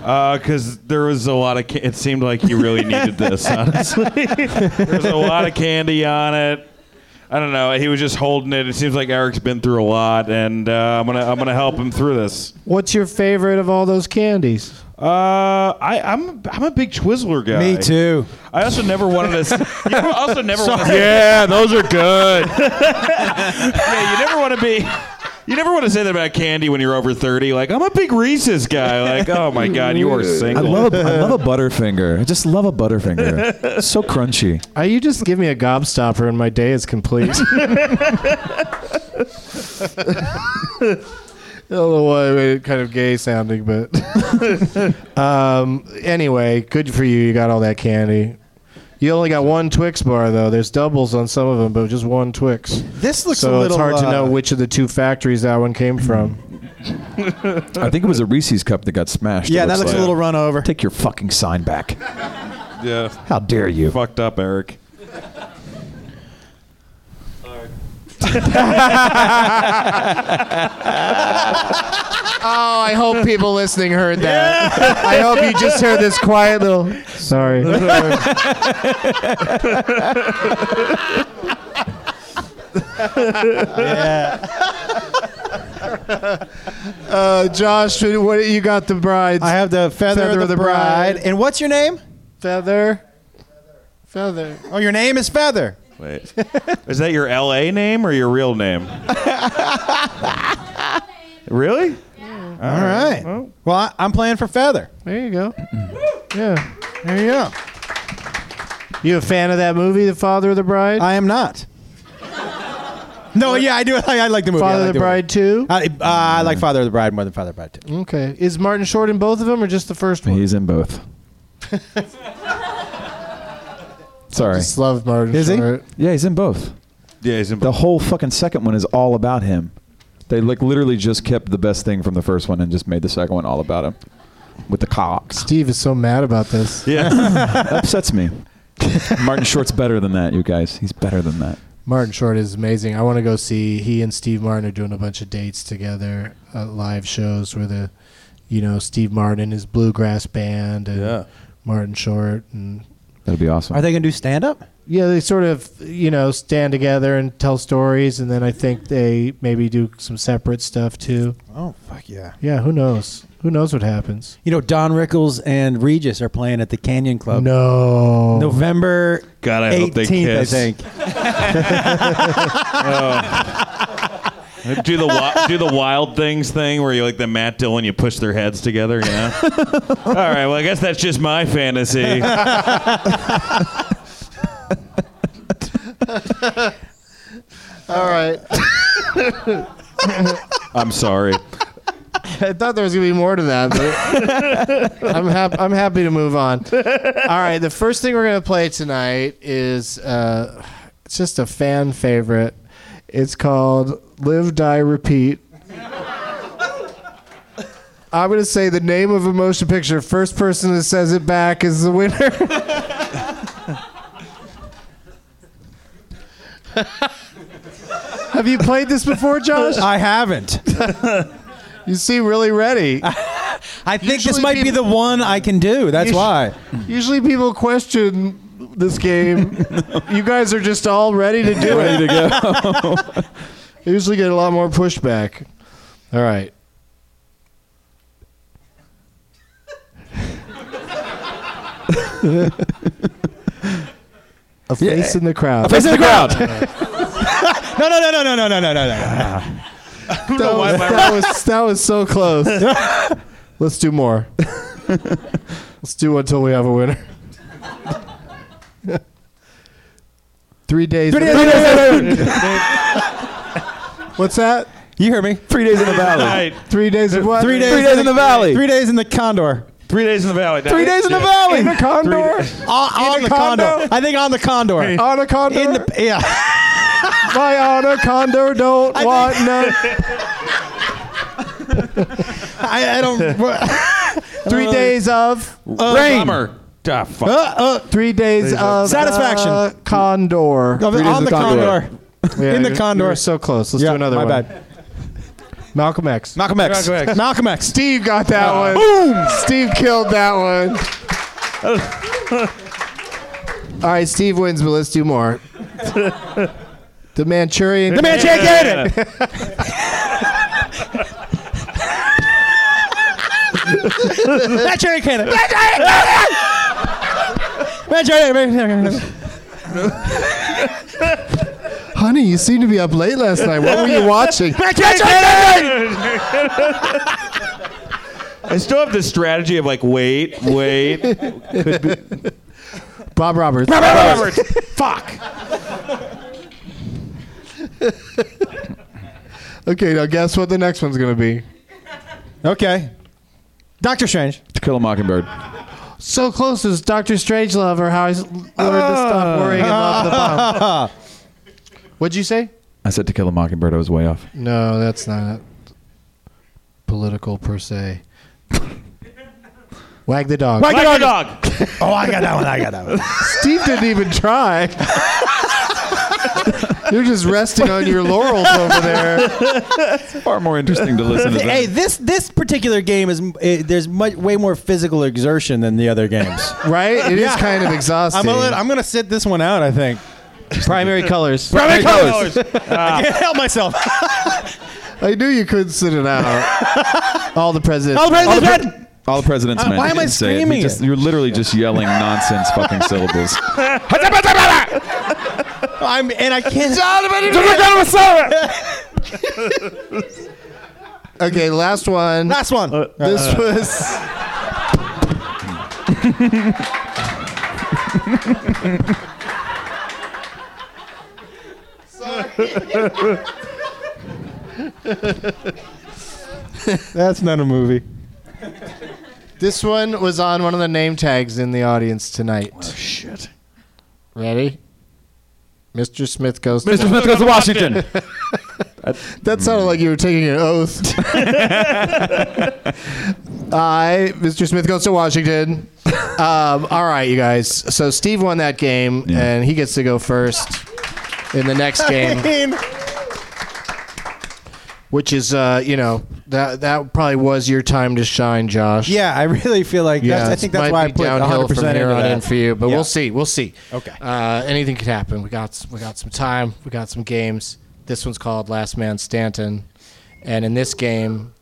Speaker 4: Because uh, there was a lot of. Ca- it seemed like you really needed this. Honestly, there was a lot of candy on it. I don't know. He was just holding it. It seems like Eric's been through a lot, and uh, I'm gonna I'm gonna help him through this.
Speaker 3: What's your favorite of all those candies?
Speaker 4: Uh, I I'm I'm a big Twizzler guy.
Speaker 5: Me too.
Speaker 4: I also never wanted to. s- You also never want to.
Speaker 7: Yeah, those are good.
Speaker 4: Yeah, you never want to be. You never want to say that about candy when you're over 30. Like, I'm a big Reese's guy. Like, oh my God, you are
Speaker 6: I
Speaker 4: single.
Speaker 6: love a, I love a butterfinger. I just love a butterfinger. It's so crunchy.
Speaker 3: Uh, you just give me a gobstopper, and my day is complete. I don't know why I made it kind of gay sounding, but um, anyway, good for you. You got all that candy. You only got one Twix bar though. There's doubles on some of them, but just one Twix.
Speaker 5: This looks
Speaker 3: so
Speaker 5: a little.
Speaker 3: it's hard to
Speaker 5: uh,
Speaker 3: know which of the two factories that one came from.
Speaker 6: I think it was a Reese's cup that got smashed. it
Speaker 5: Yeah, that looks
Speaker 6: like.
Speaker 5: a little run over.
Speaker 6: Take your fucking sign back.
Speaker 4: yeah,
Speaker 6: How dare you?
Speaker 4: fucked up, Eric.
Speaker 3: Oh, I hope people listening heard that. I hope you just heard this quiet little. Sorry. Uh, Josh, what you got the bride's
Speaker 5: I have the feather, of the, bride. And what's your name?
Speaker 3: feather. Feather.
Speaker 5: Oh, your name is Feather.
Speaker 4: Wait. Is that your LA name or your real name? really?
Speaker 5: All right. Well, I, I'm playing for Feather.
Speaker 3: There you go.
Speaker 5: Mm-hmm.
Speaker 3: Yeah.
Speaker 5: There you go.
Speaker 3: You a fan of that movie, The Father of the Bride?
Speaker 5: I am not. No, yeah, I do. I, I like the movie. I
Speaker 3: Father
Speaker 5: like
Speaker 3: of the
Speaker 5: movie.
Speaker 3: Bride too.
Speaker 5: I, uh, I like Father of the Bride more than Father of the Bride too.
Speaker 3: Okay. Is Martin Short in both of them or just the first one?
Speaker 6: He's in both. Sorry.
Speaker 3: Just love Martin
Speaker 5: Is he?
Speaker 3: Short.
Speaker 6: Yeah, he's in both.
Speaker 4: Yeah, he's in.
Speaker 6: The whole fucking second one is all about him. They like literally just kept the best thing from the first one and just made the second one all about him. With the cocks.
Speaker 3: Steve is so mad about this.
Speaker 4: yeah.
Speaker 6: Upsets me. Martin Short's better than that, you guys. He's better than that.
Speaker 3: Martin Short is amazing. I want to go see. He and Steve Martin are doing a bunch of dates together, uh, live shows where the, you know, Steve Martin and his bluegrass band and
Speaker 4: Yeah.
Speaker 3: Martin Short and
Speaker 6: That'd be awesome.
Speaker 5: Are they gonna do stand up?
Speaker 3: yeah, they sort of you know stand together and tell stories, and then I think they maybe do some separate stuff too.
Speaker 5: Oh fuck yeah!
Speaker 3: Yeah, who knows? Who knows what happens?
Speaker 5: You know Don Rickles and Regis are playing at the Canyon Club.
Speaker 3: No.
Speaker 5: November
Speaker 4: God, I hope they
Speaker 5: 18th, I
Speaker 4: kiss.
Speaker 5: think.
Speaker 4: Oh. I Do the wi- do the wild things thing where you like the Matt Dillon, you push their heads together, you know? All right, well I guess that's just my fantasy.
Speaker 3: All right.
Speaker 4: I'm sorry.
Speaker 3: I thought there was gonna be more to that, but I'm happy. I'm happy to move on. All right, the first thing we're gonna play tonight is uh, it's just a fan favorite. It's called "Live, Die, Repeat." I'm gonna say the name of a motion picture. First person that says it back is the winner. Have you played this before, Josh?
Speaker 5: I haven't.
Speaker 3: You seem really ready.
Speaker 5: I think
Speaker 3: Usually
Speaker 5: this might be
Speaker 3: people-
Speaker 5: the one I can do. That's
Speaker 3: Usu-
Speaker 5: why.
Speaker 3: Usually people question this game. you guys are just all ready to do it.
Speaker 6: Ready to go.
Speaker 3: I usually get a lot more pushback. All right. a face in the crowd.
Speaker 6: Face in the crowd.
Speaker 5: No, no, no, no, no, no, no, no, no, no.
Speaker 3: That was, that was that was so close. Let's do more. Let's do one till we have a winner. Three days. in the- What's that?
Speaker 5: You hear me?
Speaker 6: Three days in the valley.
Speaker 4: Right.
Speaker 3: Three days of what?
Speaker 5: Three days,
Speaker 6: Three days in the valley.
Speaker 5: Three days in the Condor.
Speaker 4: Three days in the valley.
Speaker 6: Three days in the
Speaker 3: In a
Speaker 6: valley.
Speaker 3: condor.
Speaker 5: On,
Speaker 3: the
Speaker 5: on the Condor.
Speaker 3: condo?
Speaker 5: I think on the Condor.
Speaker 3: On a condor.
Speaker 5: In the yeah.
Speaker 3: My on a condor don't want no.
Speaker 5: I, I don't. Uh,
Speaker 3: Three days of.
Speaker 6: Rain.
Speaker 4: Bummer. Ah, fuck.
Speaker 5: uh,
Speaker 3: Three days of.
Speaker 5: Satisfaction.
Speaker 3: uh, condor.
Speaker 5: of-
Speaker 6: days
Speaker 5: on
Speaker 6: in
Speaker 5: the
Speaker 6: the Condor.
Speaker 5: Condor.
Speaker 3: Yeah,
Speaker 5: in the
Speaker 3: you're-
Speaker 5: condor.
Speaker 3: you're so close. Let's
Speaker 5: yeah,
Speaker 3: do another
Speaker 5: my
Speaker 3: one.
Speaker 5: bad.
Speaker 3: Malcolm X.
Speaker 5: Malcolm X.
Speaker 4: Malcolm X.
Speaker 5: Malcolm X.
Speaker 3: Steve got that one. Boom. Steve killed that one. All right, Steve wins, but let's do more. The Manchurian.
Speaker 5: The man can't get it. That cherry cannon. That cherry cannon. That cherry-
Speaker 3: Honey, you seem to be up late last night. What were you watching?
Speaker 5: that cherry cannon.
Speaker 4: I still have this strategy of like wait, wait.
Speaker 3: Bob Roberts.
Speaker 4: Robert. Fuck.
Speaker 3: Okay, now guess what the next one's gonna be.
Speaker 5: Okay. Doctor Strange.
Speaker 6: To kill a mockingbird.
Speaker 3: So close is Doctor Strangelove or how I learned to stop worrying and love the bomb. What'd you say?
Speaker 6: I said to kill a mockingbird. I was way off.
Speaker 3: No, that's not political per se. Wag the dog.
Speaker 4: Like a dog.
Speaker 5: Oh, I got that one. I got that one.
Speaker 3: Steve didn't even try. You're just resting on your laurels over there.
Speaker 6: Far more interesting to listen to. than-
Speaker 5: hey, this this particular game is uh, there's much, way more physical exertion than the other games.
Speaker 3: Right? It is kind of exhausting.
Speaker 5: I'm gonna let- I'm gonna sit this one out. I think.
Speaker 3: primary colors.
Speaker 5: Primary
Speaker 4: colors.
Speaker 5: I can't help myself.
Speaker 3: I knew you couldn't sit it out. All the presidents.
Speaker 5: All the pre-
Speaker 6: All the president's men.
Speaker 5: why
Speaker 6: He
Speaker 5: am I
Speaker 6: didn't say it. He
Speaker 5: screaming
Speaker 6: just-
Speaker 5: it?
Speaker 6: You're literally just yelling nonsense, fucking syllables.
Speaker 5: I'm and I can't.
Speaker 3: Okay, last one.
Speaker 5: Last one.
Speaker 3: This was. uh.
Speaker 5: That's not a movie.
Speaker 3: This one was on one of the name tags in the audience tonight. Oh, shit. Ready? Mr. Smith goes.
Speaker 6: Mr. Smith goes to Washington.
Speaker 3: That sounded like you were taking an oath. I, Mr. Smith goes to Washington. Um, all right, you guys. So Steve won that game,
Speaker 6: Yeah.
Speaker 3: and he gets to go first in the next game. which is uh, you know that that probably was your time to shine, Josh.
Speaker 5: Yeah, I really feel like that's, I
Speaker 3: it
Speaker 5: think that's
Speaker 3: might
Speaker 5: why I
Speaker 3: be
Speaker 5: put
Speaker 3: downhill
Speaker 5: 100
Speaker 3: from
Speaker 5: percent
Speaker 3: here
Speaker 5: into
Speaker 3: on
Speaker 5: that.
Speaker 3: in for you, but
Speaker 5: Yeah.
Speaker 3: we'll see. We'll see.
Speaker 5: Okay.
Speaker 3: Uh, anything could happen. We got we got some time. We got some games. This one's called Last Man Stanton, and in this game,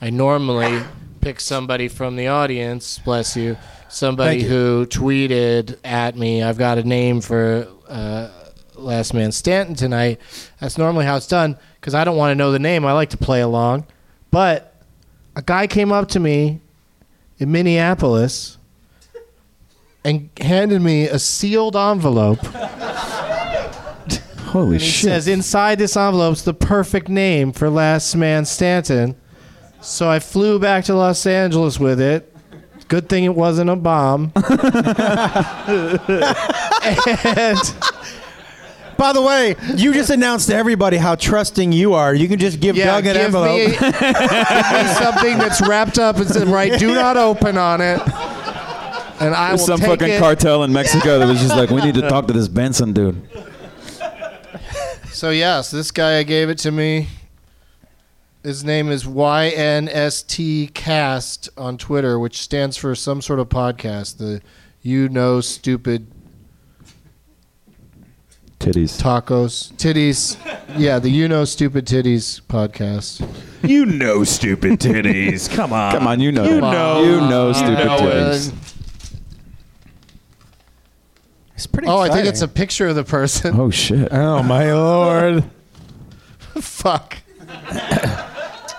Speaker 3: I normally pick somebody from the audience. Bless you. Somebody
Speaker 5: Thank you.
Speaker 3: who tweeted at me. I've got a name for. Uh, Last Man Stanton tonight. That's normally how it's done because I don't want to know the name. I like to play along. But a guy came up to me in Minneapolis and handed me a sealed envelope.
Speaker 6: Holy
Speaker 3: It
Speaker 6: shit.
Speaker 3: says inside this envelope's the perfect name for Last Man Stanton. So I flew back to Los Angeles with it. Good thing it wasn't a bomb. and
Speaker 5: By the way, you just announced to everybody how trusting you are. You can just give
Speaker 3: yeah,
Speaker 5: Doug an
Speaker 3: give,
Speaker 5: envelope.
Speaker 3: Me, give me something that's wrapped up and said, "Right, do not open on it." And I will
Speaker 6: There's some
Speaker 3: take
Speaker 6: fucking
Speaker 3: it.
Speaker 6: cartel in Mexico that was just like, we need to talk to this Benson dude.
Speaker 3: So yes, this guy gave it to me. His name is YNST Cast on Twitter, which stands for some sort of podcast. The you know stupid
Speaker 6: Titties.
Speaker 3: tacos titties. Yeah, the you know stupid titties podcast.
Speaker 4: You know, stupid titties. Come on.
Speaker 6: Come on, you know
Speaker 4: You
Speaker 6: that.
Speaker 4: know.
Speaker 6: You know
Speaker 4: You
Speaker 6: stupid
Speaker 4: know
Speaker 6: titties.
Speaker 5: It's pretty.
Speaker 3: Oh, I think
Speaker 5: exciting.
Speaker 3: it's a picture of the person.
Speaker 6: Oh shit.
Speaker 5: Oh my lord!
Speaker 3: Fuck.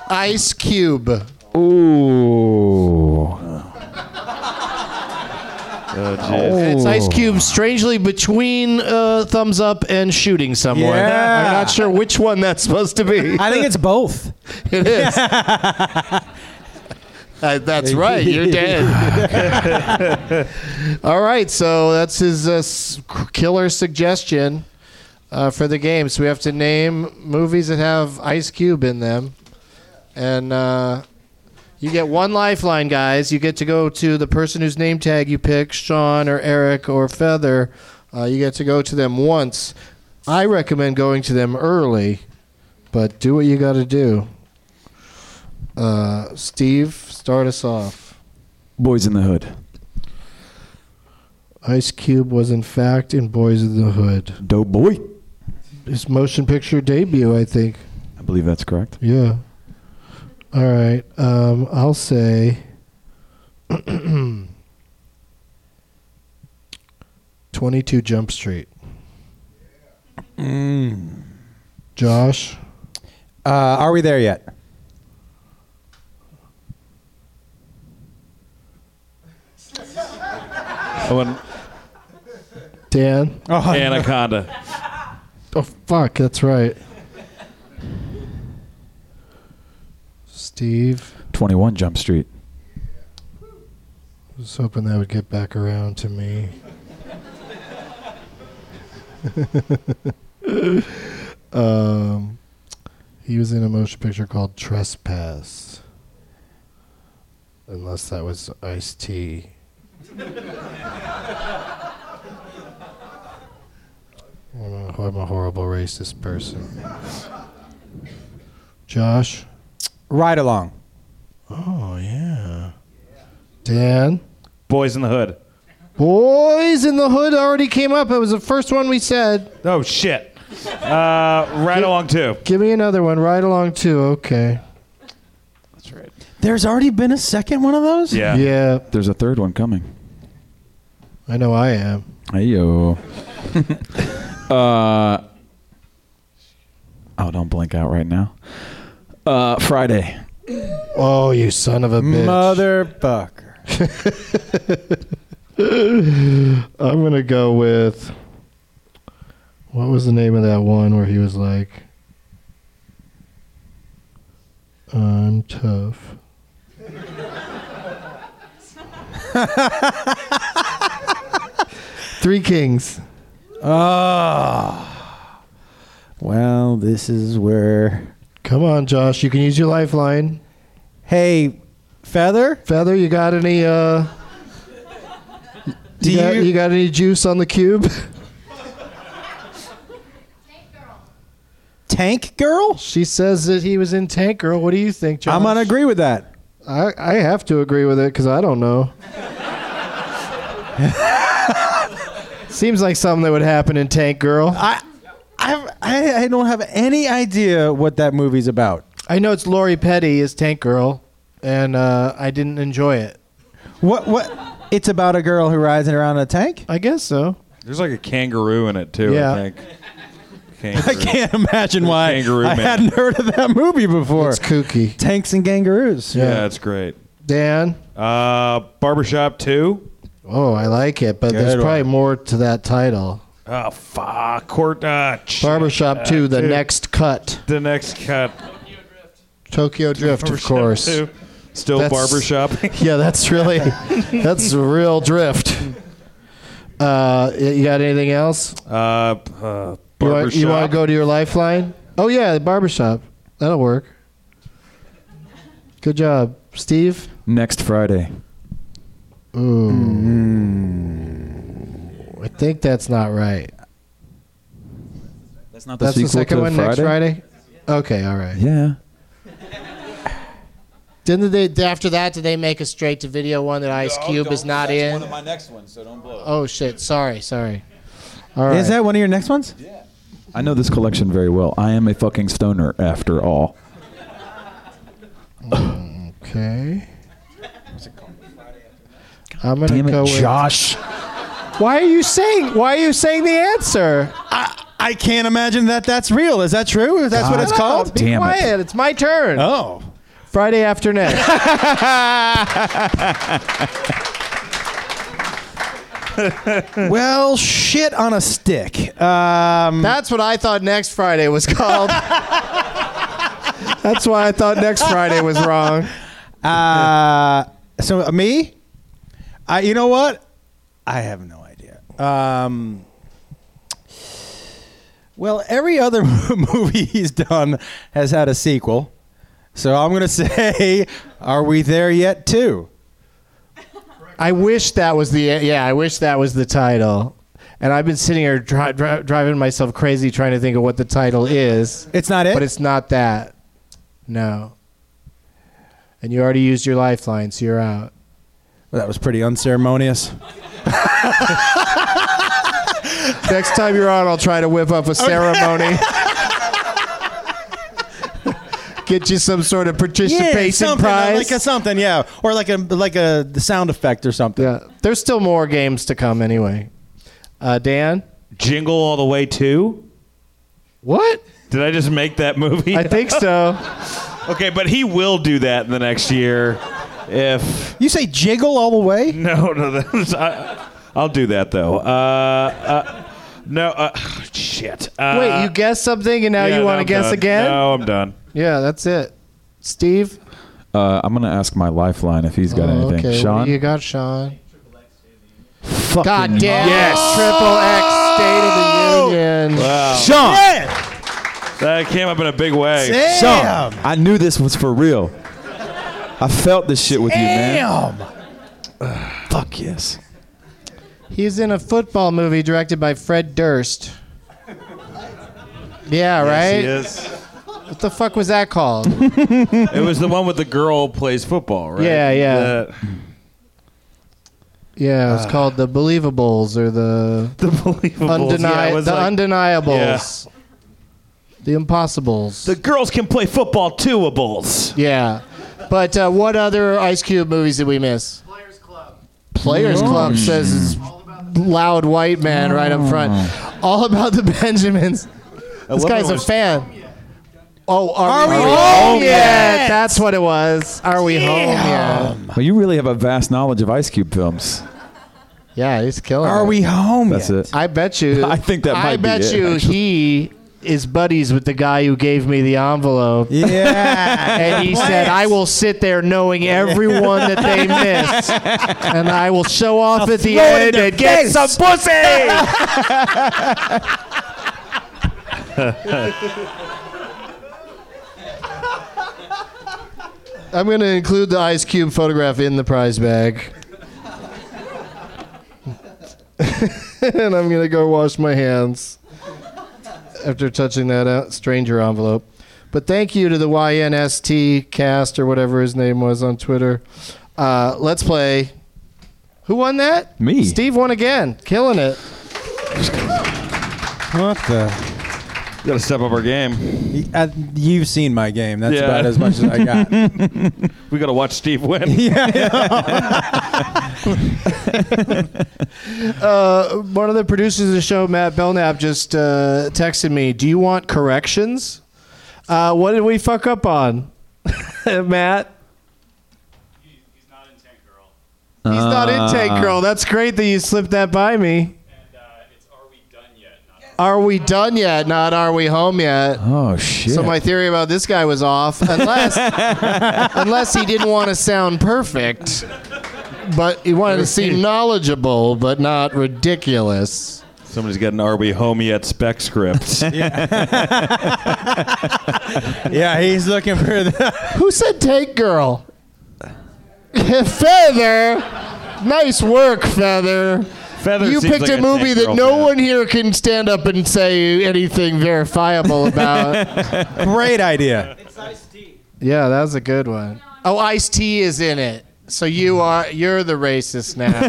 Speaker 3: Ice Cube.
Speaker 6: Ooh. Oh,
Speaker 3: It's Ice Cube, strangely between uh, thumbs up and shooting someone.
Speaker 5: Yeah.
Speaker 3: I'm not sure which one that's supposed to be.
Speaker 5: I think it's both.
Speaker 3: It is. Uh, that's right. You're dead. All right. So that's his uh, s- killer suggestion uh, for the game. So we have to name movies that have Ice Cube in them, and uh, you get one lifeline, guys. You get to go to the person whose name tag you pick, Sean or Eric or Feather. Uh, you get to go to them once. I recommend going to them early, but do what you got to do. Uh, Steve, start us off.
Speaker 6: Boys in the Hood.
Speaker 3: Ice Cube was in fact in Boys of the Hood.
Speaker 6: Dope boy.
Speaker 3: His motion picture debut, I think.
Speaker 6: I believe that's correct.
Speaker 3: Yeah. All right. Um, I'll say. 22 Jump Street. Josh,
Speaker 5: Uh, are we there yet?
Speaker 4: Oh, and
Speaker 3: Dan.
Speaker 5: Oh,
Speaker 4: Anaconda.
Speaker 3: Oh, fuck. That's right. Steve.
Speaker 6: 21 Jump Street.
Speaker 3: was hoping that would get back around to me. um, he was in a motion picture called Trespass. Unless that was Ice T. I'm a, I'm a horrible racist person. Josh?
Speaker 5: Ride along.
Speaker 3: Oh, yeah. Dan?
Speaker 4: Boys in the Hood.
Speaker 3: Boys in the Hood already came up. It was the first one we said.
Speaker 4: Oh shit. Uh, right along too.
Speaker 3: Give me another one. Right along too. Okay.
Speaker 4: That's right.
Speaker 5: There's already been a second one of those.
Speaker 4: Yeah.
Speaker 3: Yeah,
Speaker 6: There's a third one coming.
Speaker 3: I know I am.
Speaker 6: Hey yo. uh, oh, don't blink out right now. Uh, Friday.
Speaker 3: Oh, you son of a bitch!
Speaker 5: Motherfucker.
Speaker 3: I'm gonna go with. What was the name of that one where he was like, "I'm tough." Three Kings.
Speaker 5: Oh. Well, this is where.
Speaker 3: Come on, Josh. You can use your lifeline.
Speaker 5: Hey, Feather.
Speaker 3: Feather, you got any? uh
Speaker 5: Do
Speaker 3: you, got,
Speaker 5: you-
Speaker 3: you got any juice on the cube?
Speaker 5: Tank Girl.
Speaker 3: She says that he was in Tank Girl. What do you think, Josh?
Speaker 5: I'm gonna agree with that.
Speaker 3: I, I have to agree with it because I don't know. Seems like something that would happen in Tank Girl.
Speaker 5: I, I, I, I don't have any idea what that movie's about.
Speaker 3: I know it's Lori Petty is Tank Girl, and uh, I didn't enjoy it.
Speaker 5: What what? It's about a girl who rides around in a tank.
Speaker 3: I guess so.
Speaker 4: There's like a kangaroo in it too.
Speaker 3: Yeah.
Speaker 4: I think.
Speaker 5: I
Speaker 4: Kangaroo.
Speaker 5: can't imagine why
Speaker 4: Kangaroo
Speaker 5: I
Speaker 4: Man.
Speaker 5: hadn't heard of that movie before.
Speaker 3: It's kooky.
Speaker 5: Tanks and kangaroos.
Speaker 4: Yeah, it's great.
Speaker 3: Dan.
Speaker 4: Uh, Barbershop Two.
Speaker 3: Oh, I like it, but there's
Speaker 4: Good
Speaker 3: probably more to that title.
Speaker 4: Oh fuck, court. Uh, shit.
Speaker 3: Barbershop 2, The
Speaker 4: dude.
Speaker 3: Next Cut.
Speaker 4: The next cut.
Speaker 3: Tokyo Drift, of
Speaker 4: Barbershop
Speaker 3: course.
Speaker 4: Two. Still
Speaker 3: That's-
Speaker 4: barbershop.
Speaker 3: Yeah, that's really, that's a real drift. Uh, you got anything else?
Speaker 4: uh, uh,
Speaker 3: You want,
Speaker 4: barbershop.
Speaker 3: you want to go to your lifeline? Oh, yeah, the barbershop. That'll work. Good job. Steve?
Speaker 6: Next Friday.
Speaker 3: I think that's not right.
Speaker 6: That's not
Speaker 3: that's the second one next Friday? Okay, all right.
Speaker 6: Yeah.
Speaker 3: Didn't they after that? Did they make a straight to video one that Ice Cube is not in?
Speaker 6: my next ones, so don't blow.
Speaker 3: oh shit! Sorry, sorry. All right.
Speaker 5: Is that one of your next ones?
Speaker 6: I know this collection very well. I am a fucking stoner after all.
Speaker 3: okay? I'm gonna
Speaker 6: Damn
Speaker 3: go
Speaker 6: it,
Speaker 3: with.
Speaker 6: Josh.
Speaker 3: Why are you saying? Why are you saying the answer?
Speaker 5: I, I can't imagine that that's real. Is that true? Is that's what it's
Speaker 3: No,
Speaker 5: called?
Speaker 3: Be
Speaker 6: Damn it.
Speaker 3: quiet. It's my turn.
Speaker 5: Oh.
Speaker 3: Friday after next.
Speaker 5: Well, shit on a stick. Um,
Speaker 3: That's what I thought next Friday was called. That's why I thought next Friday was wrong.
Speaker 5: uh, so uh, me, I you know what? I have no idea. Um, well, every other movie he's done has had a sequel, so I'm gonna say, "Are we there yet?" Too.
Speaker 3: I wish that was the yeah. I wish that was the title. And I've been sitting here dri- dri- driving myself crazy trying to think of what the title is,
Speaker 5: It's not it.
Speaker 3: but it's not that. No. And you already used your lifeline, so you're out.
Speaker 5: Well, that was pretty unceremonious.
Speaker 3: Next time you're on, I'll try to whip up a ceremony. Get you some sort of participation
Speaker 5: something uh,
Speaker 3: prize.
Speaker 5: like a something, yeah, or like a like a sound effect or something.
Speaker 3: Yeah, there's still more games to come anyway. Uh, Dan,
Speaker 4: Jingle all the way two.
Speaker 3: what?
Speaker 4: Did I just make that movie?
Speaker 3: I think so.
Speaker 4: okay, but he will do that in the next year. If
Speaker 5: You say jiggle all the way?
Speaker 4: no, no, that's, I, I'll do that though. Uh, uh, no, uh, shit. Uh,
Speaker 3: Wait, you guessed something and now
Speaker 4: yeah,
Speaker 3: you
Speaker 4: no,
Speaker 3: want to
Speaker 4: I'm
Speaker 3: guess
Speaker 4: done.
Speaker 3: again?
Speaker 4: No, I'm done.
Speaker 3: Yeah, that's it. Steve. Oh,
Speaker 6: Uh, I'm gonna ask my lifeline if he's got anything.
Speaker 3: okay,
Speaker 6: Sean.
Speaker 3: what do you got, Sean?
Speaker 6: Fucking
Speaker 3: God damn!
Speaker 4: Yes.
Speaker 3: Triple X State of
Speaker 5: Oh!
Speaker 3: the Union.
Speaker 6: Sean.
Speaker 4: That came up in a big way.
Speaker 6: Sean. I knew this was for real. I felt this shit with you, man. Fuck yes.
Speaker 3: He's in a football movie directed by Fred Durst. Yeah, right.
Speaker 4: Yes, he is.
Speaker 3: What the fuck was that called?
Speaker 4: It was the one with the girl plays football, right?
Speaker 3: Yeah, yeah.
Speaker 4: The,
Speaker 3: yeah, it was called The Believables or the
Speaker 4: Uh. the believable.
Speaker 3: Undeni- the undeniables,
Speaker 4: Yeah.
Speaker 3: the impossibles.
Speaker 4: the girls can play football too, bulls.
Speaker 3: yeah, but uh, what other Ice Cube movies did we miss? Players Club. Players
Speaker 6: Mm.
Speaker 3: Club says it's loud white man right up front.
Speaker 6: Oh.
Speaker 3: All about the Benjamins. This guy's a fan. Oh, are, we, home, yet? That's what it was. Are we home yet?
Speaker 6: Well, you really have a vast knowledge of Ice Cube films.
Speaker 3: Yeah, he's killing.
Speaker 5: Are
Speaker 3: it.
Speaker 5: we home?
Speaker 6: That's
Speaker 5: yet?
Speaker 6: it.
Speaker 3: I bet you.
Speaker 6: I think that
Speaker 3: I
Speaker 6: might be
Speaker 3: bet
Speaker 6: it,
Speaker 3: you
Speaker 6: actually.
Speaker 3: he is buddies with the guy who gave me the envelope.
Speaker 5: Yeah.
Speaker 3: And he said, I will sit there knowing everyone that they missed. And I will show off at the
Speaker 5: throw
Speaker 3: end
Speaker 5: it in their
Speaker 3: and get
Speaker 5: face."
Speaker 3: some pussy. I'm going to include the Ice Cube photograph in the prize bag. and I'm going to go wash my hands after touching that uh, stranger envelope. But thank you to the YNST cast or whatever his name was on Twitter. Uh, let's play. Who won that?
Speaker 6: Me.
Speaker 3: Steve won again, killing it.
Speaker 5: what the?
Speaker 4: Gotta step up our game.
Speaker 5: Uh, you've seen my game. That's
Speaker 4: Yeah.
Speaker 5: about as much as I got.
Speaker 4: We gotta watch Steve win.
Speaker 3: Uh, one of the producers of the show, Matt Belknap, just uh, texted me. Do you want corrections? Uh, what did we fuck up on, Matt?
Speaker 7: He's not in Tank Girl.
Speaker 3: He's not in Tank Girl. That's great that you slipped that by me.
Speaker 7: And uh, it's Are We Done Yet? Not
Speaker 3: Are we done yet? Not are we home yet?
Speaker 6: Oh shit.
Speaker 3: So my theory about this guy was off, unless unless he didn't want to sound perfect, but he wanted to seem knowledgeable but not ridiculous.
Speaker 4: Somebody's got an Are We Home Yet spec script.
Speaker 5: yeah, he's looking for the.
Speaker 3: Who said take girl? Feather, nice work, Feather.
Speaker 4: Feather
Speaker 3: you
Speaker 4: seems
Speaker 3: picked
Speaker 4: like
Speaker 3: a movie
Speaker 4: Tank
Speaker 3: that
Speaker 4: Girl
Speaker 3: no
Speaker 4: fan.
Speaker 3: one here can stand up and say anything verifiable about.
Speaker 5: Great idea.
Speaker 3: yeah, that was a good one. Oh, Ice T is in it. So you are you're the racist now.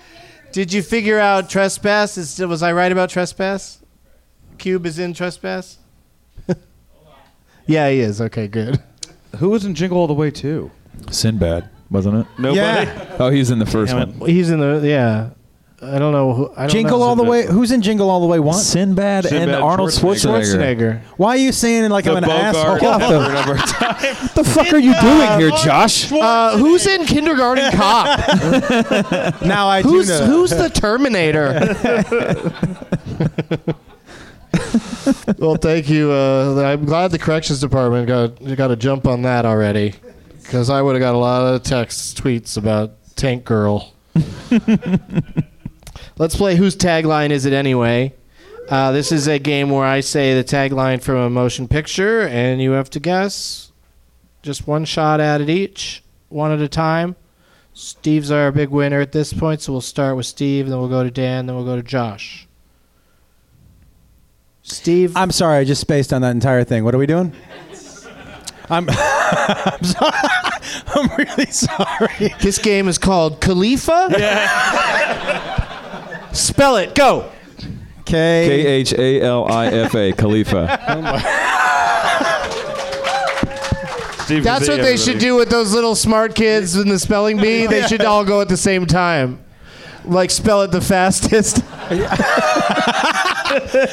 Speaker 3: Did you figure out trespass? Is, was I right about trespass? Cube is in trespass. yeah, he is. Okay, good.
Speaker 4: Who was in Jingle All the Way too?
Speaker 6: Sinbad, wasn't it?
Speaker 4: Nobody.
Speaker 5: Yeah.
Speaker 6: Oh, he's in the first
Speaker 4: Damn it.
Speaker 6: one.
Speaker 3: He's in the yeah. I don't know. Who, I don't
Speaker 5: Jingle
Speaker 3: know.
Speaker 5: all the way. Who's in Jingle all the way? One.
Speaker 6: Sinbad, and
Speaker 4: Sinbad,
Speaker 6: Arnold
Speaker 4: Schwarzenegger.
Speaker 6: Schwarzenegger.
Speaker 3: Schwarzenegger.
Speaker 5: Why are you saying it like
Speaker 4: The
Speaker 5: I'm an
Speaker 4: Bogart
Speaker 5: asshole?
Speaker 4: or
Speaker 5: What
Speaker 4: whatever time.
Speaker 5: the fuck are you doing here, Josh?
Speaker 3: Uh, who's in Kindergarten Cop?
Speaker 5: Now I do
Speaker 3: Who's
Speaker 5: know.
Speaker 3: who's the Terminator? well, thank you. Uh, I'm glad the corrections department got got a jump on that already, because I would have got a lot of texts, tweets about Tank Girl. Let's play. Whose tagline is it anyway? Uh, this is a game where I say the tagline from a motion picture, and you have to guess. Just one shot at it each, one at a time. Steve's our big winner at this point, so we'll start with Steve, then we'll go to Dan, then we'll go to Josh. Steve,
Speaker 5: I'm sorry, I just spaced on that entire thing. What are we doing? I'm. I'm, sorry. I'm really sorry.
Speaker 3: this game is called Khalifa. Yeah. Spell it. Go.
Speaker 6: K
Speaker 5: K.
Speaker 6: H A L I F A, Khalifa.
Speaker 3: Oh
Speaker 4: Steve
Speaker 3: That's
Speaker 4: Zissou,
Speaker 3: what they should
Speaker 4: everybody.
Speaker 3: do with those little smart kids in the spelling bee. They should all go at the same time. Like spell it the fastest.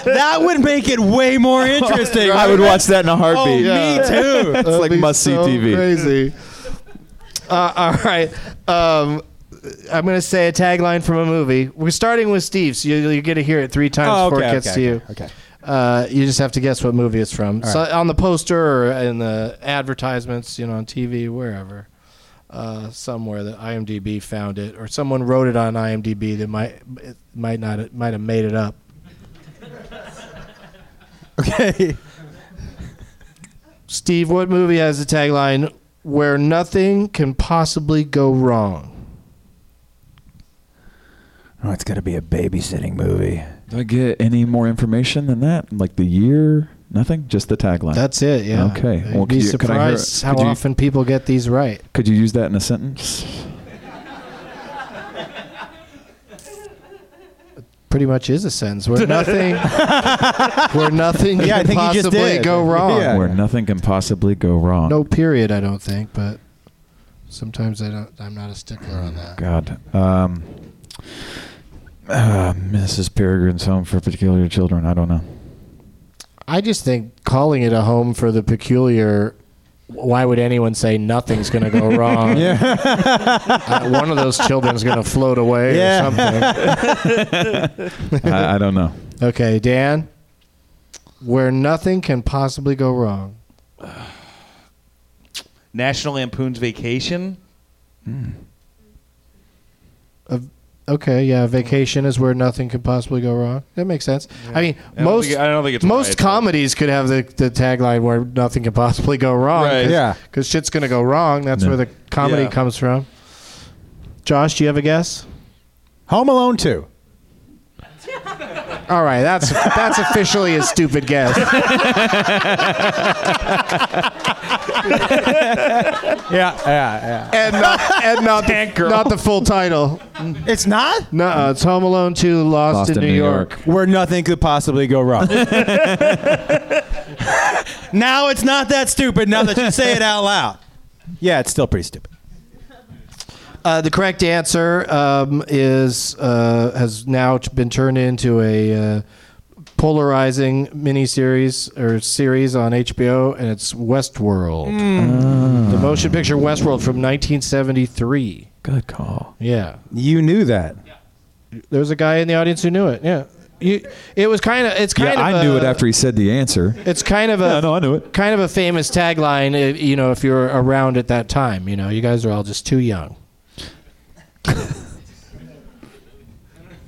Speaker 5: That would make it way more interesting.
Speaker 6: I would watch that in a
Speaker 3: Oh,
Speaker 6: heartbeat.
Speaker 4: Oh,
Speaker 5: Me too.
Speaker 6: It's like must see TV.
Speaker 3: Crazy. Uh, all right. Um, I'm going to say a tagline from a movie. We're starting with Steve, so you, you get to hear it three times
Speaker 5: Oh,
Speaker 3: before
Speaker 5: okay,
Speaker 3: it gets
Speaker 5: okay,
Speaker 3: to you.
Speaker 5: okay.
Speaker 3: Uh, you just have to guess what movie it's from. So on the poster or in the advertisements, you know, on TV, wherever. Uh, somewhere that IMDb found it, or someone wrote it on IMDb that might it might not it might have made it up.
Speaker 5: Okay.
Speaker 3: Steve, what movie has the tagline "Where nothing can possibly go wrong"?
Speaker 5: Oh, it's gonna be a babysitting movie.
Speaker 6: Do I get any more information than that? Like the year? Nothing? Just the tagline.
Speaker 3: That's it. Yeah.
Speaker 6: Okay.
Speaker 3: You'd
Speaker 6: Well,
Speaker 3: be
Speaker 6: could you- could I hear-
Speaker 3: surprised how
Speaker 6: could you-
Speaker 3: often people get these right.
Speaker 6: Could you use that in a sentence?
Speaker 3: Pretty much is a sentence where nothing, where nothing
Speaker 5: Yeah, I
Speaker 3: can
Speaker 5: think you just
Speaker 3: possibly
Speaker 5: did.
Speaker 3: go wrong.
Speaker 5: Yeah.
Speaker 6: Where nothing can possibly go wrong.
Speaker 3: No period, I don't think, but sometimes I don't. I'm not a stickler on that.
Speaker 6: God. Um, uh, Mrs. Peregrine's Home for Particular Children. I don't know.
Speaker 3: I just think calling it a home for the peculiar. Why would anyone say nothing's going to go wrong?
Speaker 5: Yeah.
Speaker 3: Uh, one of those children's going to float away
Speaker 5: Yeah.
Speaker 3: or something.
Speaker 6: I, I don't know.
Speaker 3: Okay, Dan. Where nothing can possibly go wrong.
Speaker 4: National Lampoon's Vacation.
Speaker 3: Okay, yeah, vacation is where nothing could possibly go wrong. That makes sense. I mean,
Speaker 4: I don't
Speaker 3: most
Speaker 4: think- I don't think it's
Speaker 3: most
Speaker 4: right, but-
Speaker 3: comedies could have the, the tagline where nothing can possibly go wrong.
Speaker 4: Right.
Speaker 5: Yeah.
Speaker 3: because shit's gonna go wrong. That's
Speaker 6: No.
Speaker 3: where the comedy
Speaker 4: Yeah.
Speaker 3: comes from. Josh, do you have a guess?
Speaker 5: Home Alone two.
Speaker 3: All right, that's that's officially a stupid guess.
Speaker 5: Yeah, yeah,
Speaker 3: and not, and not,
Speaker 4: Tank girl.
Speaker 3: not the full title.
Speaker 5: yeah. It's not
Speaker 3: No, it's Home Alone 2 Lost, in, New, York.
Speaker 5: where nothing could possibly go wrong. now it's not that stupid. Now that you say it out loud, yeah, it's still pretty stupid.
Speaker 3: Uh, the correct answer um, is uh, has now t- been turned into a uh, polarizing miniseries or series on HBO, and it's Westworld,
Speaker 6: Hmm.
Speaker 3: the motion picture Westworld from 1973.
Speaker 6: Good call.
Speaker 3: Yeah,
Speaker 5: You knew that.
Speaker 3: there was a guy in the audience who knew it. Yeah, you, it was kind of it's kind
Speaker 6: yeah,
Speaker 3: of
Speaker 6: I knew
Speaker 3: a-
Speaker 6: it after he said the answer.
Speaker 3: It's kind of a
Speaker 6: Yeah, no, I knew it.
Speaker 3: kind of a famous tagline. uh, You know, if you're around at that time, you know, you guys are all just too young.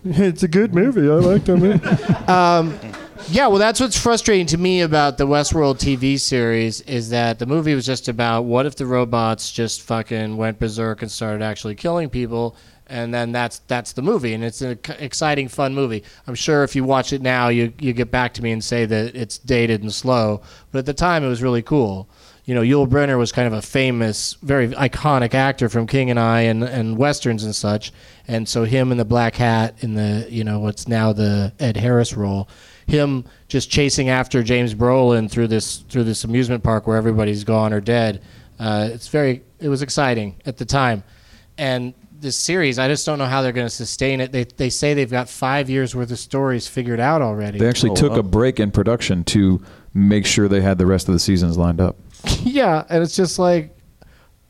Speaker 6: It's a good movie. I liked it.
Speaker 3: Yeah, well, that's what's frustrating to me about the Westworld TV series is that the movie was just about what if the robots just fucking went berserk and started actually killing people, and then that's that's the movie, and it's an ec- exciting, fun movie. I'm sure if you watch it now, you you get back to me and say that it's dated and slow, but at the time it was really cool. You know, Yul Brynner was kind of a famous, very iconic actor from King and I and, and westerns and such, and so him in the black hat in the you know what's now the Ed Harris role him just chasing after James Brolin through this through this amusement park where everybody's gone or dead. Uh, it's very it was exciting at the time, and this series I just don't know how they're going to sustain it. They they say they've got five years worth of stories figured out already.
Speaker 6: They actually took a break in production to make sure they had the rest of the seasons lined up.
Speaker 3: yeah, and it's just like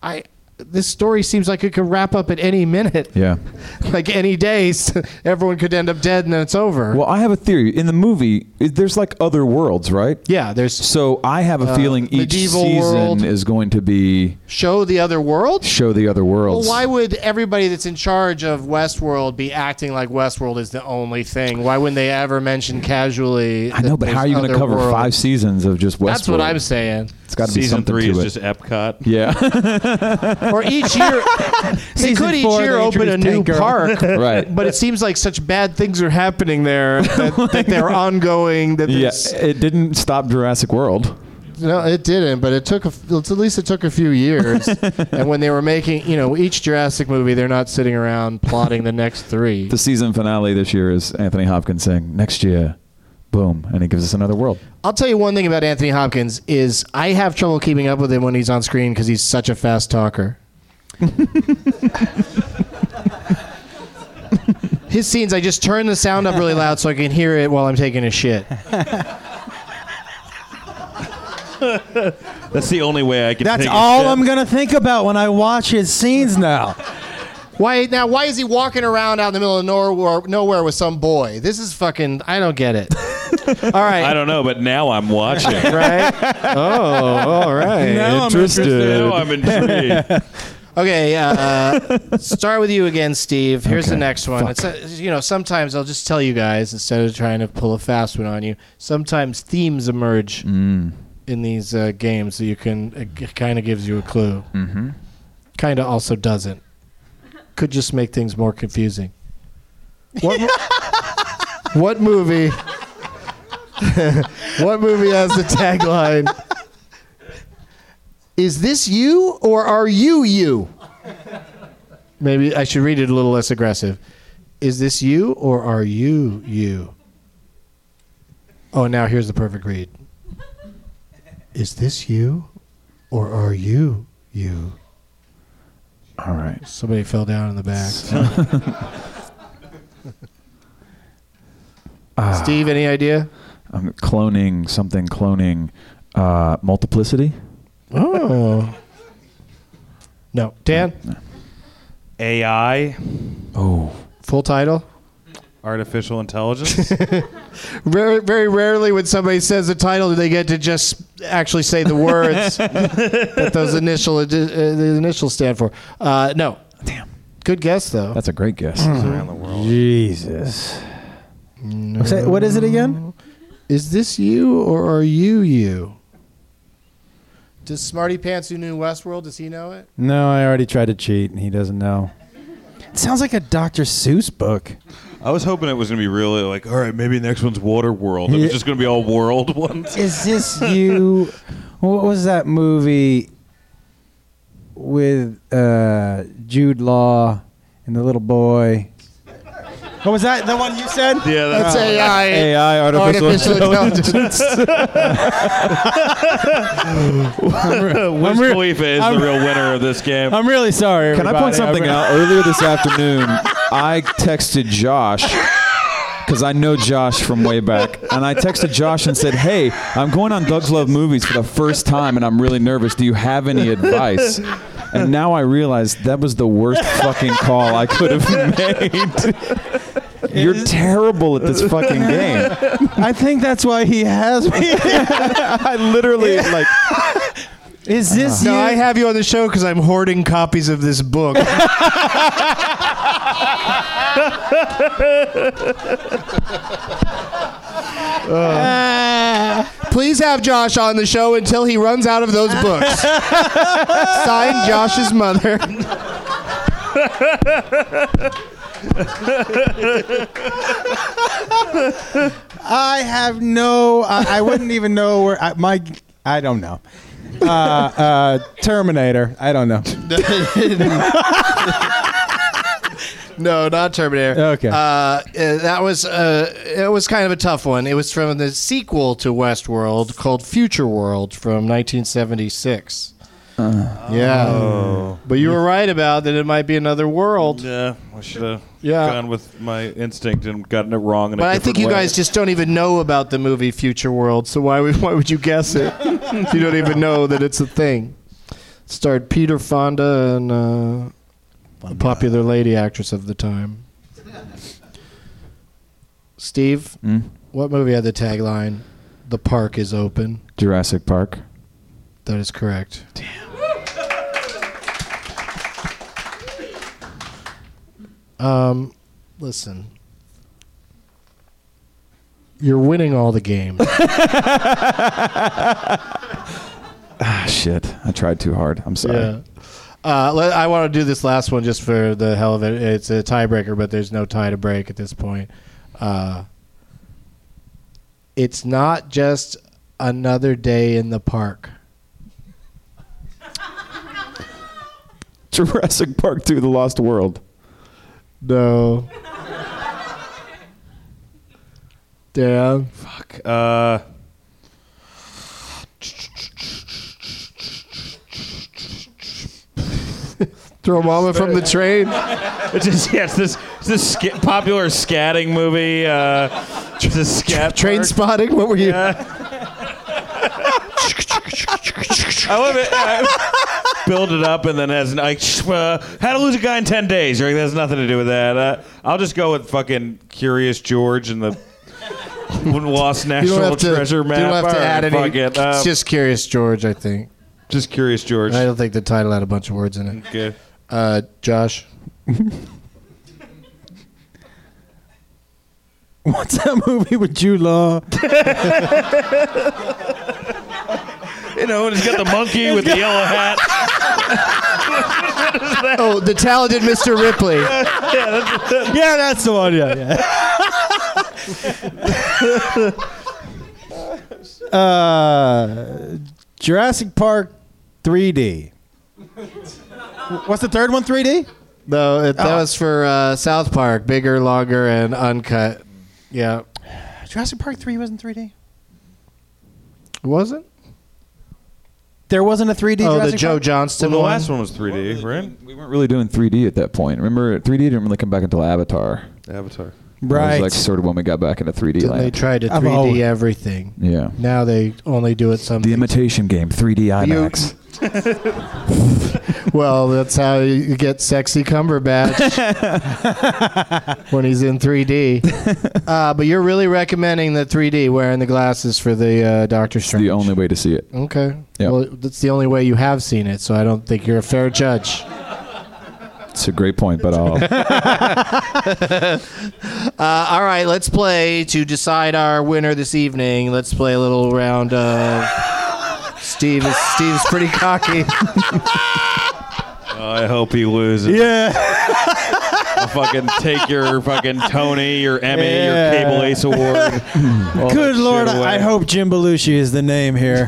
Speaker 3: I this story seems like it could wrap up at any minute.
Speaker 6: Yeah.
Speaker 3: like any day, everyone could end up dead and then it's over.
Speaker 6: Well, I have a theory. In the movie, i- there's like other worlds, right?
Speaker 3: yeah, there's
Speaker 6: So I have a feeling each
Speaker 3: Uh, medieval
Speaker 6: season
Speaker 3: world.
Speaker 6: is going to be
Speaker 3: show the other world.
Speaker 6: show the other
Speaker 3: Well,
Speaker 6: worlds.
Speaker 3: why would everybody that's in charge of Westworld be acting like Westworld is the only thing? Why wouldn't they ever mention casually?
Speaker 6: I know, but how are you going to cover five seasons of just Westworld?
Speaker 3: That's what I'm saying.
Speaker 6: It's got to be
Speaker 4: Season
Speaker 6: something
Speaker 4: three
Speaker 6: to
Speaker 4: is
Speaker 6: it.
Speaker 4: just Epcot.
Speaker 6: yeah,
Speaker 3: Or each year, they
Speaker 5: Season
Speaker 3: could each
Speaker 5: four,
Speaker 3: year
Speaker 5: they
Speaker 3: open a
Speaker 5: introduced
Speaker 3: new
Speaker 5: Tank Girl.
Speaker 3: park,
Speaker 6: right.
Speaker 3: but it seems like such bad things are happening there that, that they're ongoing. That
Speaker 6: yeah,
Speaker 3: there's-
Speaker 6: it didn't stop Jurassic World.
Speaker 3: No, it didn't, but it took a, f- at least it took a few years. and when they were making, you know, each Jurassic movie, they're not sitting around plotting the next three.
Speaker 6: The season finale this year is Anthony Hopkins saying, "Next year, boom," and he gives us another world.
Speaker 3: I'll tell you one thing about Anthony Hopkins is I have trouble keeping up with him when he's on screen because he's such a fast talker. His scenes, I just turn the sound up really loud so I can hear it while I'm taking a shit.
Speaker 4: That's the only way I can.
Speaker 5: That's
Speaker 4: take a
Speaker 5: all
Speaker 4: shit.
Speaker 5: I'm gonna think about when I watch his scenes now.
Speaker 3: Why now? Why is he walking around out in the middle of nowhere, nowhere with some boy? This is fucking. I don't get it. All right.
Speaker 4: I don't know, but now I'm watching.
Speaker 3: Right? oh, all right.
Speaker 5: Now I'm
Speaker 4: now I'm intrigued.
Speaker 3: Okay, uh, start with you again, Steve. Here's the
Speaker 6: Okay,
Speaker 3: next one. It's uh you know sometimes I'll just tell you guys instead of trying to pull a fast one on you. Sometimes themes emerge in these uh, games that you can it kind of gives you a clue. Mm-hmm. Kind of also doesn't. Could just make things more confusing. What, mo- what movie? what movie has the tagline? Is this you or are you you? Maybe I should read it a little less aggressive. Is this you or are you you? Oh, now here's the perfect read. Is this you or are you you?
Speaker 6: All right.
Speaker 3: Somebody fell down in the back. Steve, any idea?
Speaker 6: I'm cloning something. Cloning uh, multiplicity.
Speaker 3: Oh. No. Dan,
Speaker 4: AI,
Speaker 6: Oh,
Speaker 3: full title?
Speaker 4: artificial intelligence.
Speaker 3: Very, very rarely when somebody says the title do they get to just actually say the words that those initial uh, the initials stand for. Uh, no,
Speaker 6: damn.
Speaker 3: good guess though.
Speaker 6: That's a great guess.
Speaker 5: Jesus. Say- What is it again?
Speaker 3: Is this you or are you you? Does Smarty Pants who knew Westworld? Does he know it?
Speaker 5: No, I already tried to cheat, and he doesn't know. It sounds like a Dr. Seuss book.
Speaker 4: I was hoping it was gonna be really like, all right, maybe the next one's Water World. It was just gonna be all world ones.
Speaker 5: Is this you What was that movie with uh, Jude Law and the little boy? What was that? The one you said?
Speaker 4: Yeah,
Speaker 3: That's AI.
Speaker 4: AI artificial,
Speaker 3: Artificial intelligence.
Speaker 4: Wiz
Speaker 5: re-
Speaker 4: Khalifa is
Speaker 5: I'm-
Speaker 4: the real winner of this game.
Speaker 5: I'm really sorry.
Speaker 6: Can I
Speaker 5: everybody.
Speaker 6: point something
Speaker 5: I'm-
Speaker 6: out? Earlier this afternoon, I texted Josh because I know Josh from way back, and I texted Josh and said, "Hey, I'm going on Doug's Love Movies for the first time, and I'm really nervous. Do you have any advice?" And now I realize that was the worst fucking call I could have made. You're terrible at this fucking game.
Speaker 5: I think that's why he has me.
Speaker 6: I literally like.
Speaker 5: Is this
Speaker 3: No,
Speaker 5: you?
Speaker 3: I have you on the show because I'm hoarding copies of this book. Uh, Please have Josh on the show until he runs out of those books. Signed, Josh's mother.
Speaker 5: I have no. I, I wouldn't even know where I, my. I don't know. Uh, uh, Terminator. I don't know.
Speaker 3: No, not Terminator.
Speaker 5: Okay.
Speaker 3: Uh, uh, that was uh, it was kind of a tough one. It was from the sequel to Westworld called Future World from 1976. yeah. But you were right about that. It might be another world.
Speaker 4: Yeah, I should have
Speaker 3: Yeah.
Speaker 4: gone with my instinct and gotten it wrong. In a
Speaker 3: But I think
Speaker 4: different
Speaker 3: you
Speaker 4: way.
Speaker 3: guys just don't even know about the movie Future World, so why would why would you guess it if you don't even know that it's a thing? Starred Peter Fonda and uh, a popular lady actress of the time. Steve,
Speaker 4: Hmm?
Speaker 3: what movie had the tagline "The park is open"?
Speaker 6: Jurassic Park.
Speaker 3: That is correct. Damn. Um, listen. You're winning all the games.
Speaker 6: Ah, shit. I tried too hard. I'm sorry.
Speaker 3: yeah. Uh, let, I want to do this last one just for the hell of it. It's a tiebreaker, but there's no tie to break at this point. Uh, it's not just another day in the park.
Speaker 6: Jurassic Park 2: The Lost World.
Speaker 3: No. Damn.
Speaker 4: Uh,
Speaker 3: Throw mama from the train.
Speaker 4: it's just yeah, it's this it's this sca- popular scatting movie. Uh, it's a scat
Speaker 3: Train
Speaker 4: park.
Speaker 3: spotting. What were you?
Speaker 4: I love it. I build it up and then has like sh- uh, how to lose a guy in ten days. You're like, that has nothing to do with that. Uh, I'll just go with fucking Curious George and the lost
Speaker 3: You
Speaker 4: national
Speaker 3: don't have to.
Speaker 4: treasure map.
Speaker 3: You don't have
Speaker 4: All
Speaker 3: to
Speaker 4: right,
Speaker 3: add any.
Speaker 4: fuck it. Uh,
Speaker 3: it's
Speaker 4: just,
Speaker 3: just Curious George, I think.
Speaker 4: Curious George.
Speaker 3: I don't think the title had a bunch of words in it.
Speaker 4: Okay.
Speaker 3: Uh, Josh.
Speaker 5: What's that movie with Jude Law?
Speaker 4: You know, and he's got the monkey with the yellow hat.
Speaker 3: Oh, the talented Mr. Ripley.
Speaker 5: yeah, that's the one. Yeah, yeah. uh, Jurassic Park 3D. What's the third one? 3D.
Speaker 3: No, it, that was for uh, South Park. Bigger, longer, and uncut. Yeah.
Speaker 5: Jurassic Park 3 wasn't 3D.
Speaker 3: Was it?
Speaker 5: There wasn't a 3D.
Speaker 3: Oh,
Speaker 5: Jurassic
Speaker 3: the Joe
Speaker 5: Park?
Speaker 3: Johnston
Speaker 4: Well, the
Speaker 3: one.
Speaker 4: last one was 3D, right?
Speaker 6: We weren't really doing 3D at that point. Remember, 3D didn't really come back until Avatar.
Speaker 4: Avatar.
Speaker 6: That
Speaker 5: Right.
Speaker 6: was like sort of when we got back into 3D
Speaker 3: Then
Speaker 6: land.
Speaker 3: they tried to
Speaker 5: I'm
Speaker 3: 3D
Speaker 5: old.
Speaker 3: everything.
Speaker 6: yeah.
Speaker 3: Now they only do it some.
Speaker 6: The Imitation Game, 3D
Speaker 3: You-
Speaker 6: IMAX.
Speaker 3: well, that's how you get sexy Cumberbatch when he's in 3D. Uh, but you're really recommending the 3D wearing the glasses for the uh, Doctor Strange.
Speaker 6: the only way to see it.
Speaker 3: Okay.
Speaker 6: Yeah.
Speaker 3: Well, that's the only way you have seen it, so I don't think you're a fair judge.
Speaker 6: It's a great point, but I'll.
Speaker 3: Uh, all right, let's play to decide our winner this evening. Let's play a little round of Steve. Is, Steve's pretty cocky.
Speaker 4: I hope he loses.
Speaker 5: yeah.
Speaker 4: I'll fucking take your fucking Tony, your Emmy,
Speaker 5: Yeah.
Speaker 4: your Cable Ace Award. all that
Speaker 5: Good Lord,
Speaker 4: shit away.
Speaker 5: I I hope Jim Belushi is the name here.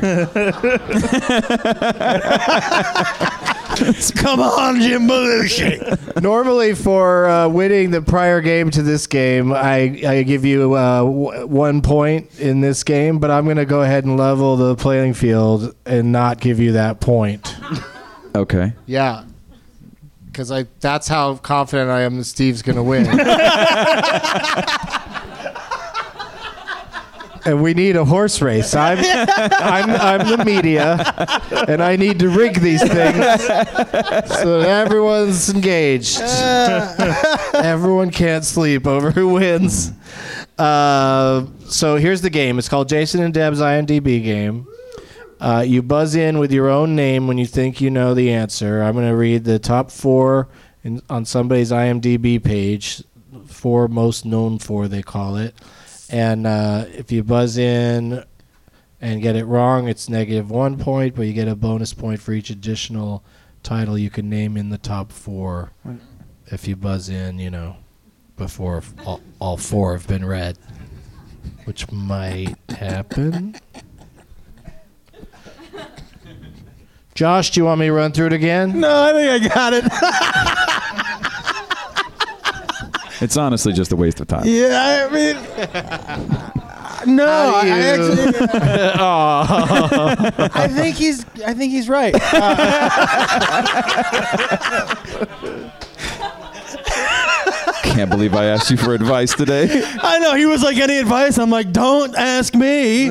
Speaker 5: Come on, Jim Belushi.
Speaker 3: Normally, for uh, winning the prior game to this game, I, I give you uh, w- one point in this game, but I'm going to go ahead and level the playing field and not give you that point.
Speaker 6: Okay.
Speaker 3: Yeah. Because I that's how confident I am that Steve's going to win. and we need a horse race. I'm, I'm, I'm the media, and I need to rig these things so that everyone's engaged. Everyone can't sleep over who wins. Uh, so here's the game. It's called Jason and Deb's IMDb game. Uh, you buzz in with your own name when you think you know the answer. I'm going to read the top four in, on somebody's IMDb page, four most known for, they call it. And uh, if you buzz in and get it wrong, it's negative one point, but you get a bonus point for each additional title you can name in the top four if you buzz in, you know, before f- all, all four have been read, which might happen. Josh, do you want me to run through it again?
Speaker 5: No, I think I got it.
Speaker 6: It's honestly just a waste of time.
Speaker 5: Yeah, I mean, no, I, I actually, I think he's, I think he's right. Uh,
Speaker 6: Can't believe I asked you for advice today.
Speaker 5: I know he was like, any advice? I'm like, don't ask me.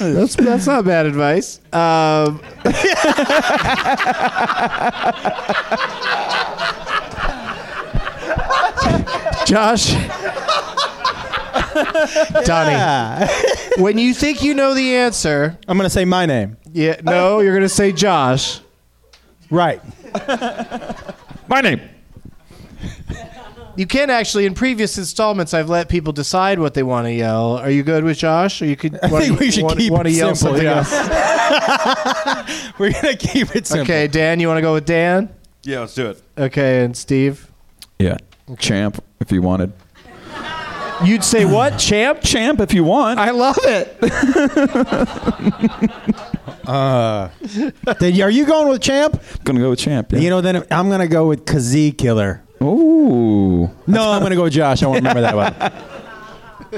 Speaker 3: That's, that's not bad advice. Um, Josh. Donnie. When you think you know the answer,
Speaker 5: I'm gonna say my name.
Speaker 3: yeah, no, you're going to say Josh.
Speaker 5: Right.
Speaker 4: My name.
Speaker 3: You can actually, in previous installments, I've let people decide what they want to yell. Are you good with Josh? Or you could. I
Speaker 5: think we should keep
Speaker 3: want to
Speaker 5: it
Speaker 3: yell
Speaker 5: simple,
Speaker 3: something
Speaker 5: yeah.
Speaker 3: else.
Speaker 5: We're gonna keep it simple.
Speaker 3: Okay, Dan, you want to go with Dan?
Speaker 4: Yeah, let's do it.
Speaker 3: Okay, and Steve.
Speaker 6: Yeah. Champ, if you wanted.
Speaker 3: You'd say what, champ?
Speaker 6: Champ, if you want.
Speaker 3: I love it.
Speaker 5: Uh, Then are you going with Champ?
Speaker 6: gonna go with champ. Yeah.
Speaker 5: You know, then I'm gonna go with Kazee Killer.
Speaker 6: Ooh.
Speaker 5: No, I'm gonna go with Josh. I won't remember that one.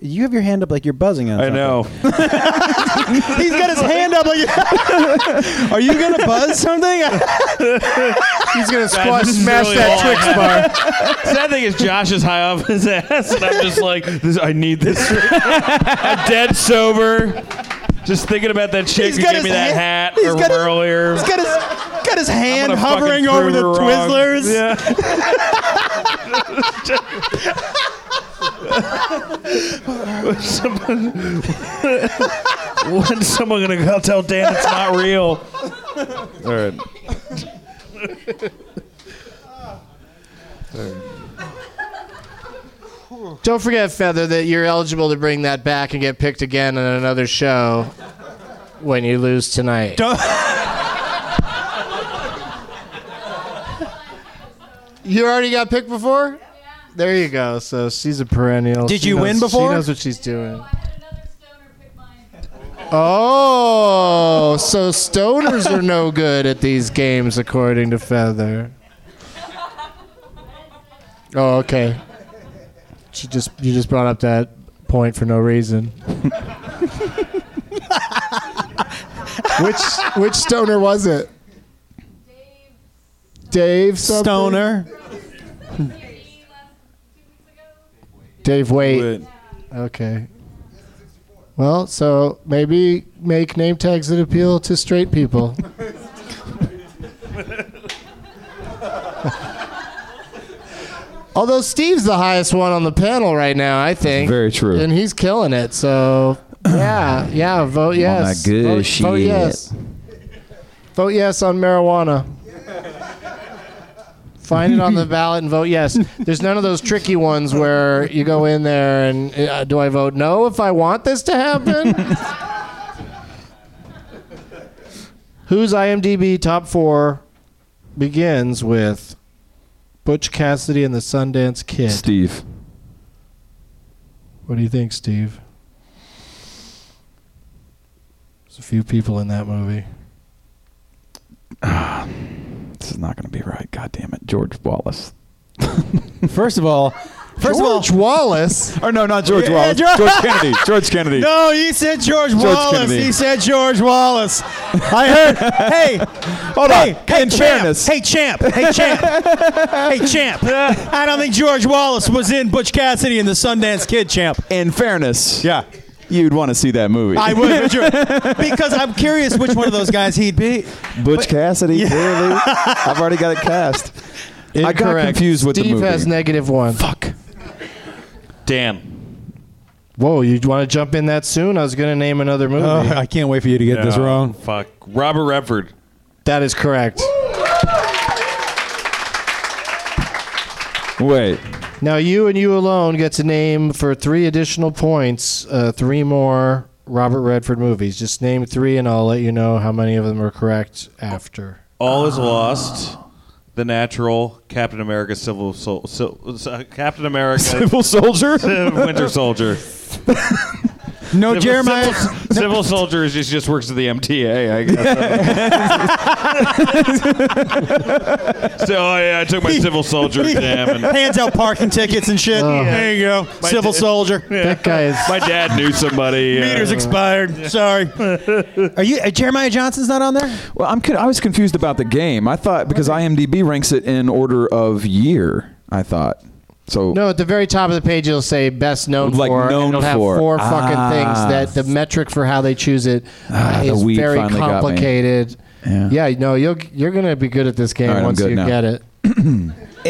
Speaker 5: You have your hand up like you're buzzing on
Speaker 4: I know.
Speaker 5: He's got his hand up like. Are you gonna buzz something?
Speaker 3: He's gonna
Speaker 4: squash-
Speaker 3: squash,
Speaker 4: this is
Speaker 3: smash
Speaker 4: smash really that
Speaker 3: that
Speaker 4: all I Twix
Speaker 3: Twix bar.
Speaker 4: Sad thing is, Josh is high off his ass, and I'm just like, this, I need this. I'm dead sober. Just thinking about that chick
Speaker 5: He's
Speaker 4: who
Speaker 5: got
Speaker 4: gave me
Speaker 5: his
Speaker 4: that
Speaker 5: hand-
Speaker 4: hat
Speaker 5: he's
Speaker 4: or
Speaker 5: got his-
Speaker 4: earlier.
Speaker 5: He's got his got his
Speaker 4: I'm
Speaker 5: hand
Speaker 4: gonna
Speaker 5: hovering
Speaker 4: fucking
Speaker 5: over
Speaker 4: prove
Speaker 5: the
Speaker 4: her wrong.
Speaker 5: Twizzlers.
Speaker 4: Yeah. Was someone, when's someone gonna go tell Dan it's not real? All right.
Speaker 3: Don't forget, Feather, that you're eligible to bring that back and get picked again in another show when you lose tonight.
Speaker 5: Don't-
Speaker 3: you already got picked before. There you go. So she's a perennial.
Speaker 5: Did
Speaker 3: She
Speaker 5: you win
Speaker 3: knows-
Speaker 5: before?
Speaker 3: She knows what she's doing.
Speaker 9: Oh, I had another stoner pick mine.
Speaker 3: Oh, so stoners are no good at these games, according to Feather. Oh, okay. She just you just brought up that point for no reason. which which stoner was it?
Speaker 9: Dave,
Speaker 3: Dave something?
Speaker 5: Stoner.
Speaker 9: he last two weeks ago.
Speaker 3: Dave Wait.
Speaker 4: Wait.
Speaker 3: Okay. Well, so maybe make name tags that appeal to straight people. Although Steve's the highest one on the panel right now, I think.
Speaker 6: Very true.
Speaker 3: And he's killing it. So yeah, yeah, vote yes.
Speaker 6: that good
Speaker 3: vote, vote
Speaker 6: shit.
Speaker 3: yes. Vote yes on marijuana. Find it on the ballot and vote yes. There's none of those tricky ones where you go in there and uh, do I vote no if I want this to happen? whose IMDb top four begins with Butch Cassidy and the Sundance Kid.
Speaker 6: Steve.
Speaker 3: What do you think, Steve? There's a few people in that movie.
Speaker 6: This is not going to be right. God damn it, George Wallace.
Speaker 5: First of all, first
Speaker 3: George
Speaker 5: of all,
Speaker 3: Wallace.
Speaker 6: Or Oh, no, not George
Speaker 5: Yeah,
Speaker 6: Wallace.
Speaker 5: George-
Speaker 6: George, Kennedy. George Kennedy.
Speaker 5: no, you said George, Wallace.
Speaker 6: Kennedy.
Speaker 5: He said George Wallace. I heard. Hey, hold
Speaker 6: on.
Speaker 5: hey, Hey,
Speaker 6: In
Speaker 5: champ.
Speaker 6: fairness.
Speaker 5: Hey, champ. Hey, champ. hey, champ. I don't think George Wallace was in Butch Cassidy and the Sundance Kid, champ.
Speaker 6: In fairness,
Speaker 5: Yeah.
Speaker 6: you'd want to see that movie.
Speaker 5: I would, but you're- because I'm curious which one of those guys he'd be.
Speaker 6: Butch Cassidy. Clearly, I've already got it cast. I got
Speaker 3: Incorrect.
Speaker 6: confused with the
Speaker 3: Steve
Speaker 6: movie.
Speaker 3: has negative one. Fuck.
Speaker 4: Dan.
Speaker 3: Whoa, you want to jump in that soon? I was going to name another movie.
Speaker 5: Oh, I can't wait for you to get this
Speaker 4: Oh,
Speaker 5: wrong.
Speaker 4: Fuck. Robert Redford.
Speaker 3: that is correct.
Speaker 6: Wait,
Speaker 3: Now you and you alone get to name for three additional points uh, three more Robert Redford movies. Just name three, and I'll let you know how many of them are correct after.
Speaker 4: All is lost. The Natural, Captain America, Civil Sol- Sil- uh, Captain America,
Speaker 6: Civil Soldier.
Speaker 4: Winter Soldier.
Speaker 5: No,
Speaker 4: Civil-
Speaker 5: Jeremiah.
Speaker 4: Civil, Civil Soldier is just, just works at the MTA, I guess. so I, I took my Civil Soldier exam, and
Speaker 5: Hands out parking tickets and shit. There you go. Civil soldier.
Speaker 3: That guy is.
Speaker 4: my dad knew somebody. uh,
Speaker 5: Meter's expired. Sorry. Are you uh, Jeremiah Johnson's not on there?
Speaker 6: Well, I'm con- I was confused about the game. I thought because IMDb ranks it in order of year. I thought so.
Speaker 3: No, at the very top of the page it'll say best known
Speaker 6: Like
Speaker 3: for. and
Speaker 6: known
Speaker 3: it'll have
Speaker 6: for.
Speaker 3: four fucking
Speaker 6: Ah.
Speaker 3: things that the metric for how they choose it
Speaker 6: Ah,
Speaker 3: uh,
Speaker 6: the
Speaker 3: is
Speaker 6: weed
Speaker 3: very
Speaker 6: finally got me.
Speaker 3: complicated.
Speaker 6: Yeah.
Speaker 3: yeah, no, you'll, you're gonna be good at this game
Speaker 6: All right, I'm
Speaker 3: once
Speaker 6: good
Speaker 3: you
Speaker 6: now.
Speaker 3: get it.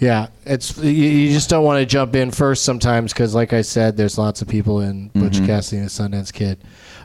Speaker 3: yeah, it's you, you just don't want to jump in first sometimes because, like I said, there's lots of people in
Speaker 6: Mm-hmm.
Speaker 3: Butch Cassidy and the Sundance Kid.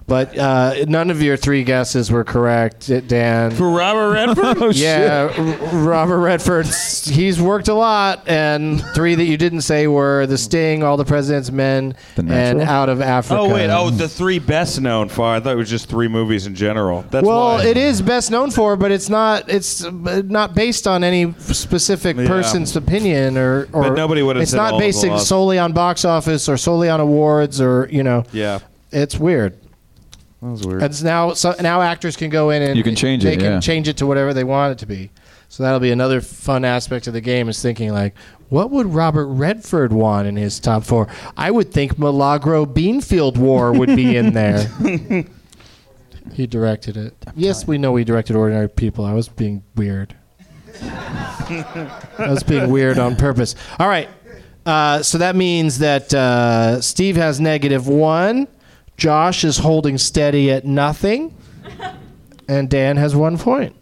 Speaker 3: But uh, none of your three guesses were correct, Dan.
Speaker 4: For Robert Redford?
Speaker 6: Oh
Speaker 3: Yeah, R- Robert Redford. He's worked a lot, and three that you didn't say were The Sting, All the President's Men,
Speaker 6: The
Speaker 3: and
Speaker 6: Natural?
Speaker 3: Out of Africa.
Speaker 4: Oh wait! Oh, the three best known for. I thought it was just three movies in general. That's
Speaker 3: well,
Speaker 4: why.
Speaker 3: it is best known for, but it's not. It's uh, not based on any specific
Speaker 4: Yeah.
Speaker 3: person's opinion, or, or
Speaker 4: But nobody would've
Speaker 3: It's
Speaker 4: said
Speaker 3: not
Speaker 4: all of the
Speaker 3: based
Speaker 4: laws.
Speaker 3: solely on box office or solely on awards, or you know.
Speaker 4: Yeah.
Speaker 3: It's weird.
Speaker 6: that was weird.
Speaker 3: And now, so now actors can go in and
Speaker 6: You can change
Speaker 3: they
Speaker 6: it,
Speaker 3: can
Speaker 6: yeah.
Speaker 3: change it to whatever they want it to be. So that'll be another fun aspect of the game is thinking like, what would Robert Redford want in his top four? I would think Milagro Beanfield War would be in there. he directed it. yes, we know he directed Ordinary People. I was being weird. I was being weird on purpose. All right. Uh, so that means that uh, Steve has negative one, Josh is holding steady at nothing, and Dan has one point.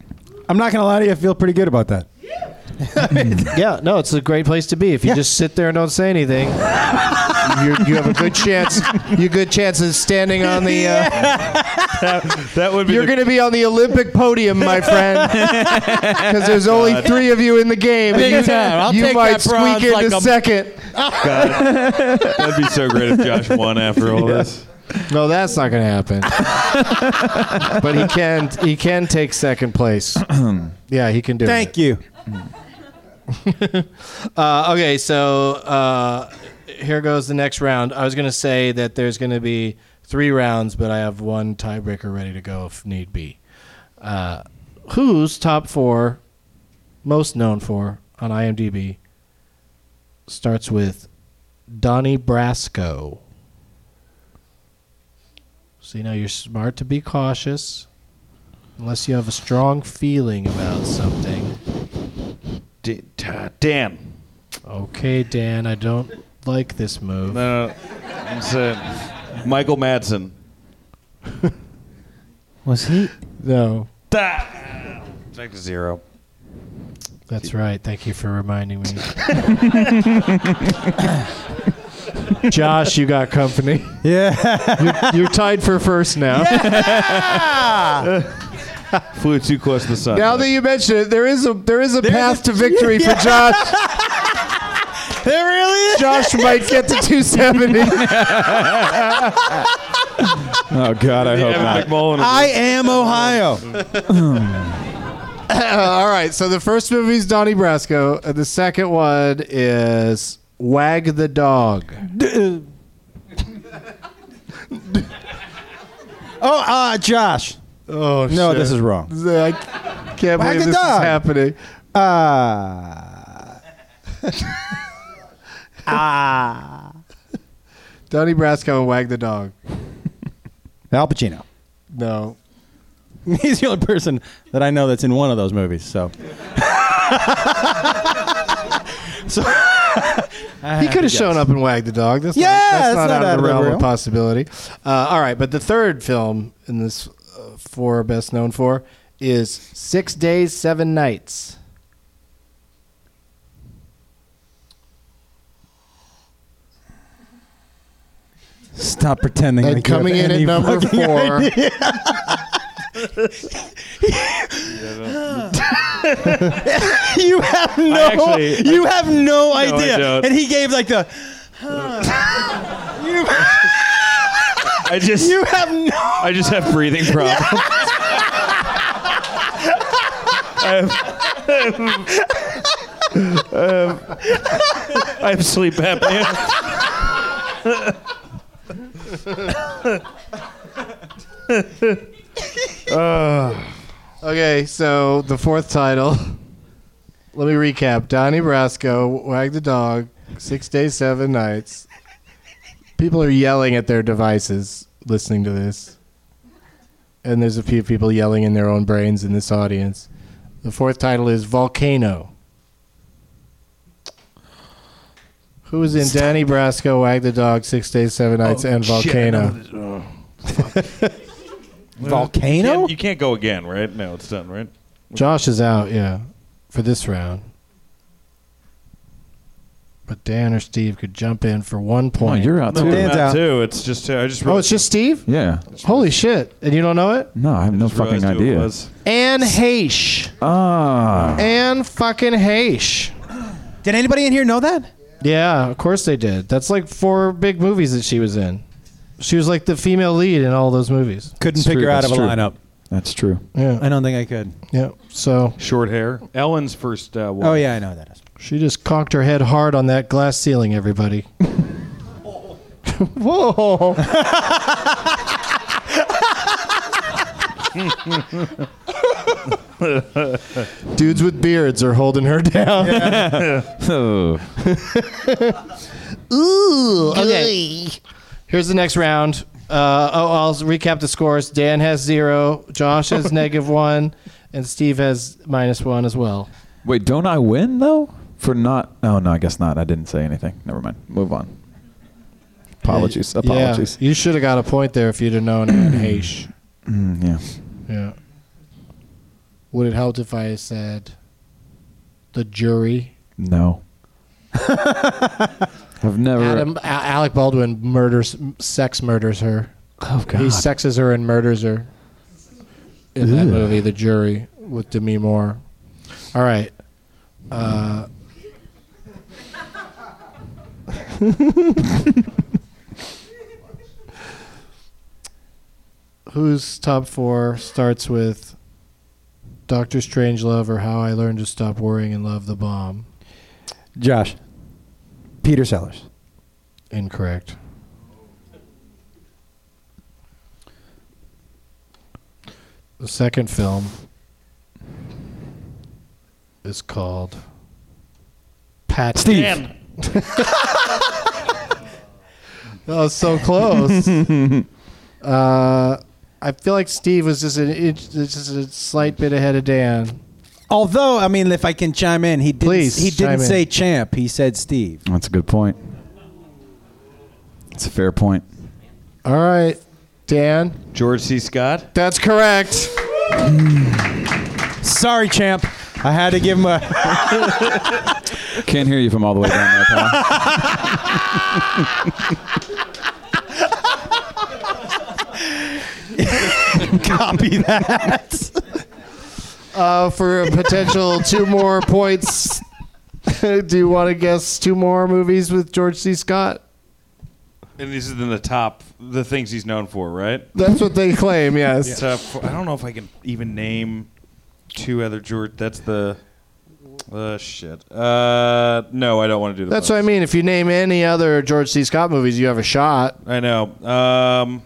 Speaker 5: I'm not gonna lie to you. I feel pretty good about that.
Speaker 3: Yeah, no, it's a great place to be. If you just sit there and don't say anything, you you have a good chance. You good chance of standing on the. Uh,
Speaker 4: That would be.
Speaker 3: You're
Speaker 4: the-
Speaker 3: going to be on the Olympic podium, my friend, because there's only three of you in the game.
Speaker 5: Big
Speaker 3: you
Speaker 5: time. I'll
Speaker 3: you
Speaker 5: take
Speaker 3: might
Speaker 5: that bronze
Speaker 3: squeak in
Speaker 5: like
Speaker 3: the
Speaker 5: a-
Speaker 3: second.
Speaker 4: that'd be so great if Josh won after all this.
Speaker 3: No, that's not going to happen. but he can he can take second place. yeah, he can do it.
Speaker 5: Thank you.
Speaker 3: Uh, okay, so uh, here goes the next round. I was going to say that there's going to be three rounds, but I have one tiebreaker ready to go if need be. Uh, who's top four, most known for on IMDb, starts with Donnie Brasco. See, now you're smart to be cautious unless you have a strong feeling about something.
Speaker 4: D- t- Dan.
Speaker 3: Okay, Dan, I don't like this move.
Speaker 4: No, no, no. It's, uh, Michael Madsen.
Speaker 5: Was he?
Speaker 3: No.
Speaker 4: Da- Back to zero.
Speaker 3: That's right. Thank you for reminding me. Josh, you got company.
Speaker 5: Yeah.
Speaker 3: You're tied for first now.
Speaker 4: Flew too close to the sun.
Speaker 3: Now that you mention it, there is a there is a path
Speaker 5: a-
Speaker 3: to victory for Josh.
Speaker 5: there really is.
Speaker 3: Josh might get to 270.
Speaker 6: Oh God, I hope not.
Speaker 5: I am Ohio.
Speaker 3: All right, so the first movie is Donnie Brasco, and the second one is Wag the Dog.
Speaker 5: Oh, uh, Josh.
Speaker 3: Oh
Speaker 5: No, this is wrong.
Speaker 3: I can't
Speaker 5: Wag
Speaker 3: believe
Speaker 5: the
Speaker 3: this
Speaker 5: Dog.
Speaker 3: is happening.
Speaker 5: Uh, Ah.
Speaker 3: Donnie Brasco and Wag the Dog.
Speaker 5: Al Pacino.
Speaker 3: No.
Speaker 5: He's the only person that I know that's in one of those movies. So,
Speaker 3: He could have shown up and wagged the dog. That's
Speaker 5: Yeah,
Speaker 3: not, that's
Speaker 5: that's
Speaker 3: not,
Speaker 5: not
Speaker 3: out, of the realm
Speaker 5: realm.
Speaker 3: of possibility. Uh, all right, but the third film in this uh, four best known for is Six Days, Seven Nights.
Speaker 5: stop pretending.
Speaker 3: And
Speaker 5: like you have
Speaker 3: coming in at
Speaker 5: any
Speaker 3: number
Speaker 5: fucking
Speaker 3: four.
Speaker 5: idea. you have no.
Speaker 4: actually-
Speaker 5: you have no idea.
Speaker 4: don't.
Speaker 5: And he gave like the. you,
Speaker 4: I just
Speaker 5: you have no.
Speaker 4: I just have breathing problems. I have, I have- I have sleep apnea.
Speaker 3: Okay, so the fourth title. Let me recap. Donnie Brasco, Wag the Dog, Six Days, Seven Nights. People are yelling at their devices listening to this. And there's a few people yelling in their own brains in this audience. The fourth title is Volcano. Who is in Donnie Brasco, Wag the Dog, Six Days, Seven Nights, and Volcano?
Speaker 5: Volcano?
Speaker 4: You can't go again, right? No, it's done, right?
Speaker 3: Josh is out, yeah, for this round. But Dan or Steve could jump in for one
Speaker 6: No,
Speaker 3: point.
Speaker 6: you're out
Speaker 4: No,
Speaker 6: too.
Speaker 5: Dan's
Speaker 4: not
Speaker 5: out.
Speaker 4: two. It's just two. I just
Speaker 3: oh, it's just Steve?
Speaker 6: Yeah.
Speaker 3: Holy shit. And you don't know it?
Speaker 6: No, I have no fucking
Speaker 4: realized who it
Speaker 6: idea.
Speaker 4: was.
Speaker 3: Anne Heche.
Speaker 6: Ah.
Speaker 3: Anne fucking Heche.
Speaker 5: Did anybody in here know that?
Speaker 3: Yeah, of course they did. That's like four big movies that she was in. She was like the female lead in all those movies.
Speaker 5: Couldn't
Speaker 6: That's
Speaker 5: figure
Speaker 6: true,
Speaker 5: out of a
Speaker 6: that's true.
Speaker 5: lineup.
Speaker 6: That's true.
Speaker 3: Yeah.
Speaker 5: I don't think I could.
Speaker 3: Yeah. So
Speaker 4: Short hair. Ellen's first. Uh,
Speaker 5: Oh yeah, I know that is.
Speaker 3: She just cocked her head hard on that glass ceiling, everybody. Whoa! Dudes with beards are holding her down.
Speaker 6: Oh.
Speaker 3: Ooh, okay. Here's the next round. Uh, oh, I'll recap the scores. Dan has zero, Josh has negative one, and Steve has minus one as well.
Speaker 6: Wait, don't I win though? For not? Oh no, I guess not. I didn't say anything. Never mind. Move on. Apologies. Apologies.
Speaker 3: Yeah, you should have got a point there if you'd have known Anne Heche.
Speaker 6: Mm, yeah.
Speaker 3: Yeah. Would it help if I said the jury?
Speaker 6: No. I've never.
Speaker 3: Adam, A- Alec Baldwin murders, sex murders her.
Speaker 6: oh God.
Speaker 3: He sexes her and murders her. In that
Speaker 6: Ew.
Speaker 3: movie, The Jury, with Demi Moore. All right. Uh, whose top four starts with Doctor Strangelove or How I Learned to Stop Worrying and Love the Bomb?
Speaker 5: Josh. Peter Sellers.
Speaker 3: Incorrect. The second film is called Pat
Speaker 6: Steve.
Speaker 3: That was Oh, so close. uh, I feel like Steve was just an inch, just a slight bit ahead of Dan.
Speaker 5: Although, I mean, if I can chime in, he didn't.
Speaker 3: Please,
Speaker 5: he
Speaker 3: chime
Speaker 5: didn't
Speaker 3: in.
Speaker 5: say champ. He said Steve.
Speaker 6: That's a good point. It's a fair point.
Speaker 3: All right, Dan.
Speaker 4: George C. Scott.
Speaker 3: That's correct.
Speaker 5: Sorry, champ. I had to give him a.
Speaker 6: Can't hear you from all the way down there, pal.
Speaker 5: copy that.
Speaker 3: Uh, for a potential two more points, do you want to guess two more movies with George C. Scott?
Speaker 4: And these are in the top, the things he's known for, right?
Speaker 3: That's what they claim. Yes.
Speaker 4: Top four- I don't know if I can even name two other George. That's the. Uh, shit. Uh, no, I don't want to do that.
Speaker 3: That's what I mean. If you name any other George C. Scott movies, you have a shot.
Speaker 4: I know. Um,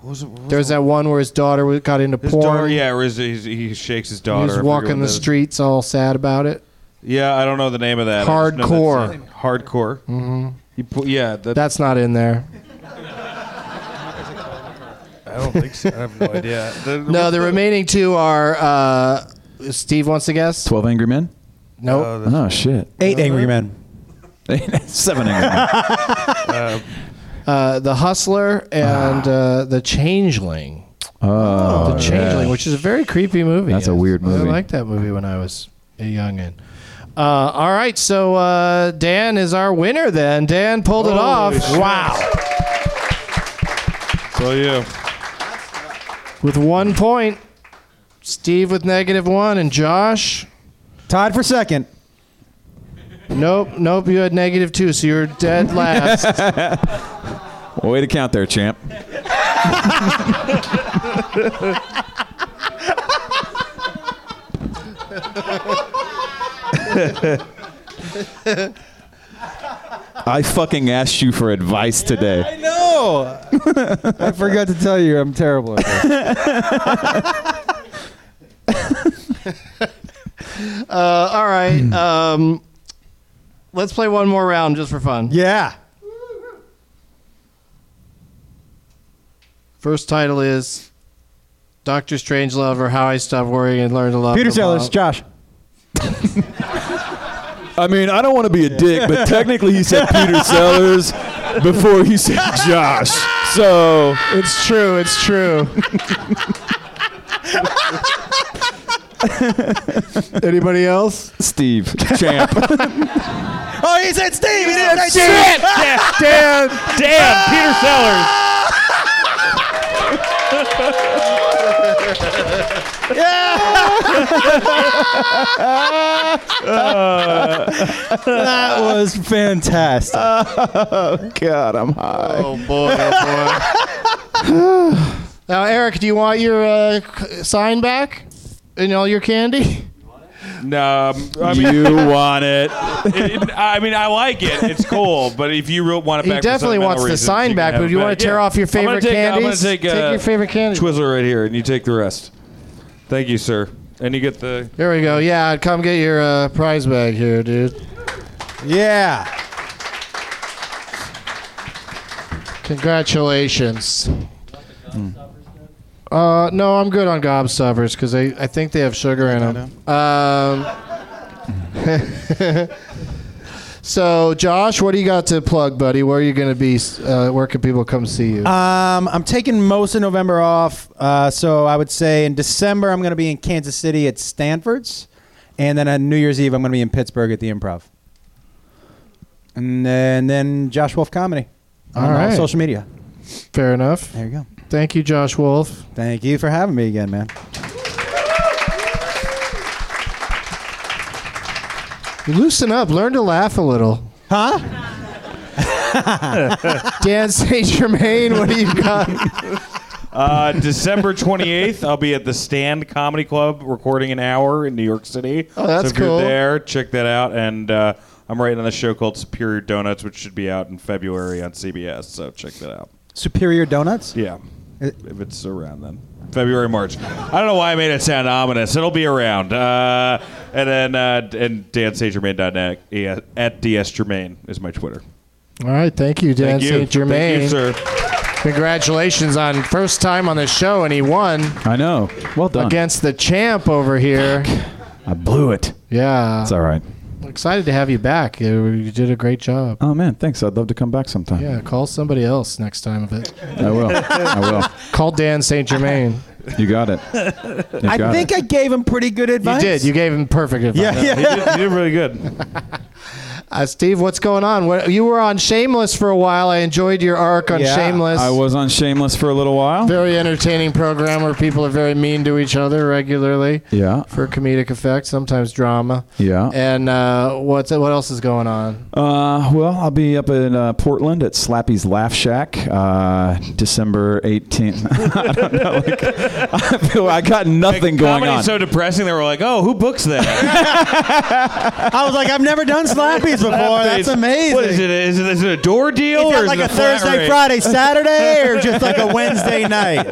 Speaker 4: what was it? What was
Speaker 3: There's that one where his daughter was- got into
Speaker 4: his
Speaker 3: porn.
Speaker 4: daughter, yeah, or his, his, he shakes his
Speaker 3: He
Speaker 4: daughter. I
Speaker 3: was
Speaker 4: forget
Speaker 3: walking
Speaker 4: what
Speaker 3: the
Speaker 4: that is.
Speaker 3: streets all sad about it.
Speaker 4: Yeah, I don't know the name of that. I just know
Speaker 3: Hardcore.
Speaker 4: that's it. Hardcore. Mm-hmm. You pu- yeah, that,
Speaker 3: That's not in there.
Speaker 4: I don't think so. I have no idea. The-
Speaker 3: No, the remaining two are. Uh, Steve wants to guess.
Speaker 6: Twelve Angry Men.
Speaker 3: Nope.
Speaker 4: Uh,
Speaker 6: Oh shit.
Speaker 5: Eight Angry Men.
Speaker 6: Seven Angry Men.
Speaker 3: uh, the Hustler and uh, the Changeling.
Speaker 6: Ah. Oh,
Speaker 3: the Changeling, which is a very creepy movie.
Speaker 6: That's a weird movie.
Speaker 3: I liked that movie when I was a youngin. Uh, all right, so uh, Dan is our winner. Then Dan pulled it
Speaker 4: Holy
Speaker 3: off.
Speaker 4: shit.
Speaker 3: Wow,
Speaker 4: So you.
Speaker 3: with one point. Steve with negative one, and Josh.
Speaker 5: Tied for second.
Speaker 3: Nope, nope. You had negative two, so you're dead last.
Speaker 6: Way to count there, champ. I fucking asked you for advice today.
Speaker 5: No, I forgot to tell you. I'm terrible. At this.
Speaker 3: Uh, all right. Um, let's play one more round just for fun.
Speaker 5: yeah.
Speaker 3: First title is Doctor Strangelove or How I Stopped Worrying and Learned to Love.
Speaker 5: Peter
Speaker 3: the Bomb.
Speaker 5: Sellers, Josh.
Speaker 6: I mean, I don't want to be a dick, but technically he said Peter Sellers before he said Josh. So
Speaker 3: It's true. It's true. Anybody else?
Speaker 6: Steve, champ.
Speaker 5: Oh, he said Steve. He didn't say
Speaker 4: Shit! Damn! Damn! Damn! Peter Sellers!
Speaker 5: That was fantastic.
Speaker 6: God, I'm high.
Speaker 3: Oh boy! Oh boy! now, Eric, do you want your uh, c- sign back and all your candy?
Speaker 4: No, um, I mean,
Speaker 6: you want it.
Speaker 4: it, it- I mean, I like it. It's cool, but if you re- want it
Speaker 3: He
Speaker 4: back, for
Speaker 3: definitely
Speaker 4: sentimental
Speaker 3: wants the
Speaker 4: reasons,
Speaker 3: sign
Speaker 4: can
Speaker 3: back,
Speaker 4: have
Speaker 3: but
Speaker 4: it
Speaker 3: you wanna tear off your
Speaker 4: I'm
Speaker 3: favorite
Speaker 4: gonna take, I'm gonna
Speaker 3: candies?
Speaker 4: take, uh,
Speaker 3: Take your favorite candy.
Speaker 4: Twizzler right here, and you take the rest. Thank you, sir. And you get the.
Speaker 3: There we go. Yeah, come get your uh, prize bag here, dude.
Speaker 5: Yeah.
Speaker 3: Congratulations. Uh, no, I'm good on gobstoppers because I, I think they have sugar in them. Um, so, Josh, what do you got to plug, buddy? Where are you going to be? Uh, where can people come see
Speaker 4: Uh,
Speaker 3: you?
Speaker 5: Um, I'm taking most of November off, uh, so I would say in December I'm going to be in Kansas City at Stanford's, and then on New Year's Eve I'm going to be in Pittsburgh at the Improv, and then, then Josh Wolf comedy on
Speaker 3: All
Speaker 5: all
Speaker 3: right.
Speaker 5: social media.
Speaker 3: Fair enough.
Speaker 5: There you go.
Speaker 3: Thank you, Josh Wolf.
Speaker 5: Thank you for having me again, man.
Speaker 3: Loosen up. Learn to laugh a little.
Speaker 5: Huh?
Speaker 3: Dan St. Germain, what do you got?
Speaker 4: Uh, December 28th, I'll be at the Stand Comedy Club recording an hour in New York City.
Speaker 3: Oh, that's
Speaker 4: so if you're
Speaker 3: cool.
Speaker 4: there, check that out. And uh, I'm writing on a show called Superior Donuts, which should be out in February on CBS. So check that out.
Speaker 5: Superior Donuts.
Speaker 4: Yeah.
Speaker 5: Uh,
Speaker 4: If it's around then. February, March. I don't know why I made it sound ominous. It'll be around. Uh, and then uh, and dansagermain.net eh, at dsgermain is my Twitter.
Speaker 3: All right. Thank you, Dan
Speaker 4: Thank you.
Speaker 3: St. Germain.
Speaker 4: Thank you, sir.
Speaker 3: Congratulations on first time on the show, and he won
Speaker 6: I know. Well done.
Speaker 3: against the champ over here.
Speaker 6: I blew it.
Speaker 3: Yeah.
Speaker 6: It's all right.
Speaker 3: Excited to have you back. You you did a great job.
Speaker 6: Oh man, thanks. I'd love to come back sometime.
Speaker 3: Yeah, call somebody else next time of it.
Speaker 6: I will. I
Speaker 3: Call Dan St. Germain.
Speaker 6: will. You got it. You
Speaker 5: I
Speaker 6: got
Speaker 5: think
Speaker 6: it.
Speaker 5: I gave him pretty good
Speaker 3: You
Speaker 5: advice.
Speaker 3: did. You gave him perfect advice.
Speaker 5: yeah, yeah.
Speaker 4: You did, you did really good.
Speaker 3: Uh, Steve, what's going on? What, you were on Shameless for a while. I enjoyed your arc on
Speaker 5: Yeah,
Speaker 3: Shameless.
Speaker 6: I was on Shameless for a little while.
Speaker 3: very entertaining program where people are very mean to each other regularly
Speaker 6: Yeah.
Speaker 3: for comedic effect, sometimes drama.
Speaker 6: Yeah.
Speaker 3: And uh, what's what else is going on?
Speaker 6: Uh, well, I'll be up in uh, Portland at Slappy's Laugh Shack, uh, December 18th. I don't know. Like, I feel I got nothing going
Speaker 4: Comedy's
Speaker 6: on.
Speaker 4: so depressing. They were like, "Oh, who books that?"
Speaker 5: I was like, I've never done slappies before. Oh, That's amazing.
Speaker 4: What is it? Is it, is it a door deal
Speaker 5: Is
Speaker 4: or
Speaker 5: that
Speaker 4: is
Speaker 5: like
Speaker 4: it
Speaker 5: a,
Speaker 4: flat
Speaker 5: Thursday,
Speaker 4: rate?
Speaker 5: Friday, Saturday, or just like a Wednesday night?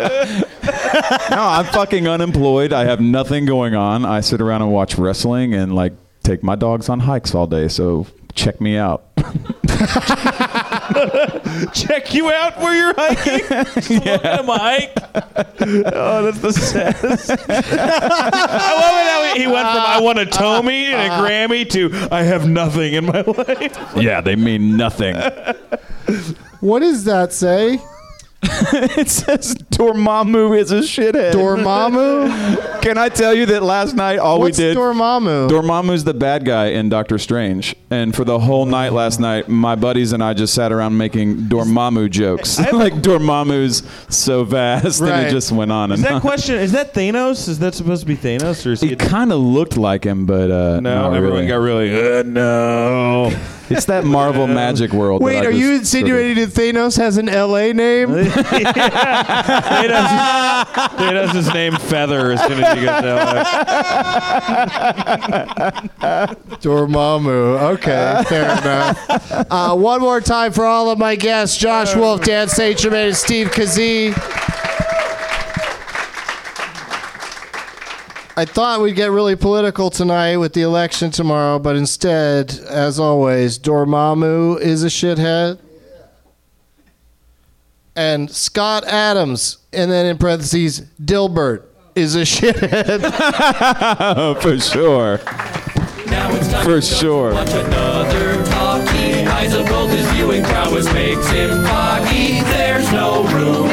Speaker 6: no, I'm fucking unemployed. I have nothing going on. I sit around and watch wrestling and like take my dogs on hikes all day. So check me out.
Speaker 4: Check you out where you're hiking. Just look at my hike. Oh, that's the saddest. I love it how he he went from "I want a Tommy and a Grammy" to "I have nothing in my life."
Speaker 6: Yeah, they mean nothing.
Speaker 3: What does that say?
Speaker 6: it says Dormammu is a shithead.
Speaker 3: Dormammu?
Speaker 6: Can I tell you that last night all
Speaker 3: What's
Speaker 6: Oh, we did?
Speaker 3: Dormammu?
Speaker 6: Dormammu's the bad guy in Doctor Strange, and for the whole night last night, my buddies and I just sat around making Dormammu jokes. like Dormammu's so vast, and
Speaker 3: Right.
Speaker 6: it just went on
Speaker 4: Is
Speaker 6: and
Speaker 4: that
Speaker 6: on.
Speaker 4: question? Is that Thanos? Is that supposed to be Thanos or is he?
Speaker 6: It kind of looked like him, but uh,
Speaker 4: no,
Speaker 6: not
Speaker 4: everyone
Speaker 6: really.
Speaker 4: got really. Uh, no.
Speaker 6: It's that Marvel magic world. that
Speaker 3: Wait,
Speaker 6: I
Speaker 3: are you
Speaker 6: just sort of-
Speaker 3: insinuating that Thanos has an LA name?
Speaker 4: Thanos, Thanos is named Feather as soon as you get that
Speaker 3: Dormammu. Okay, fair enough. Uh, one more time for all of my guests Josh Wolf, Dan St. Germain, and Steve Kazee. I thought we'd get really political tonight with the election tomorrow, but instead, as always, Dormammu is a shithead. And Scott Adams, and then in parentheses, Dilbert is a shithead.
Speaker 6: Oh, for sure.
Speaker 1: Now it's time
Speaker 6: For
Speaker 1: to
Speaker 6: sure.
Speaker 1: Watch another talkie. Eyes of gold, his viewing prowess makes him foggy. There's no room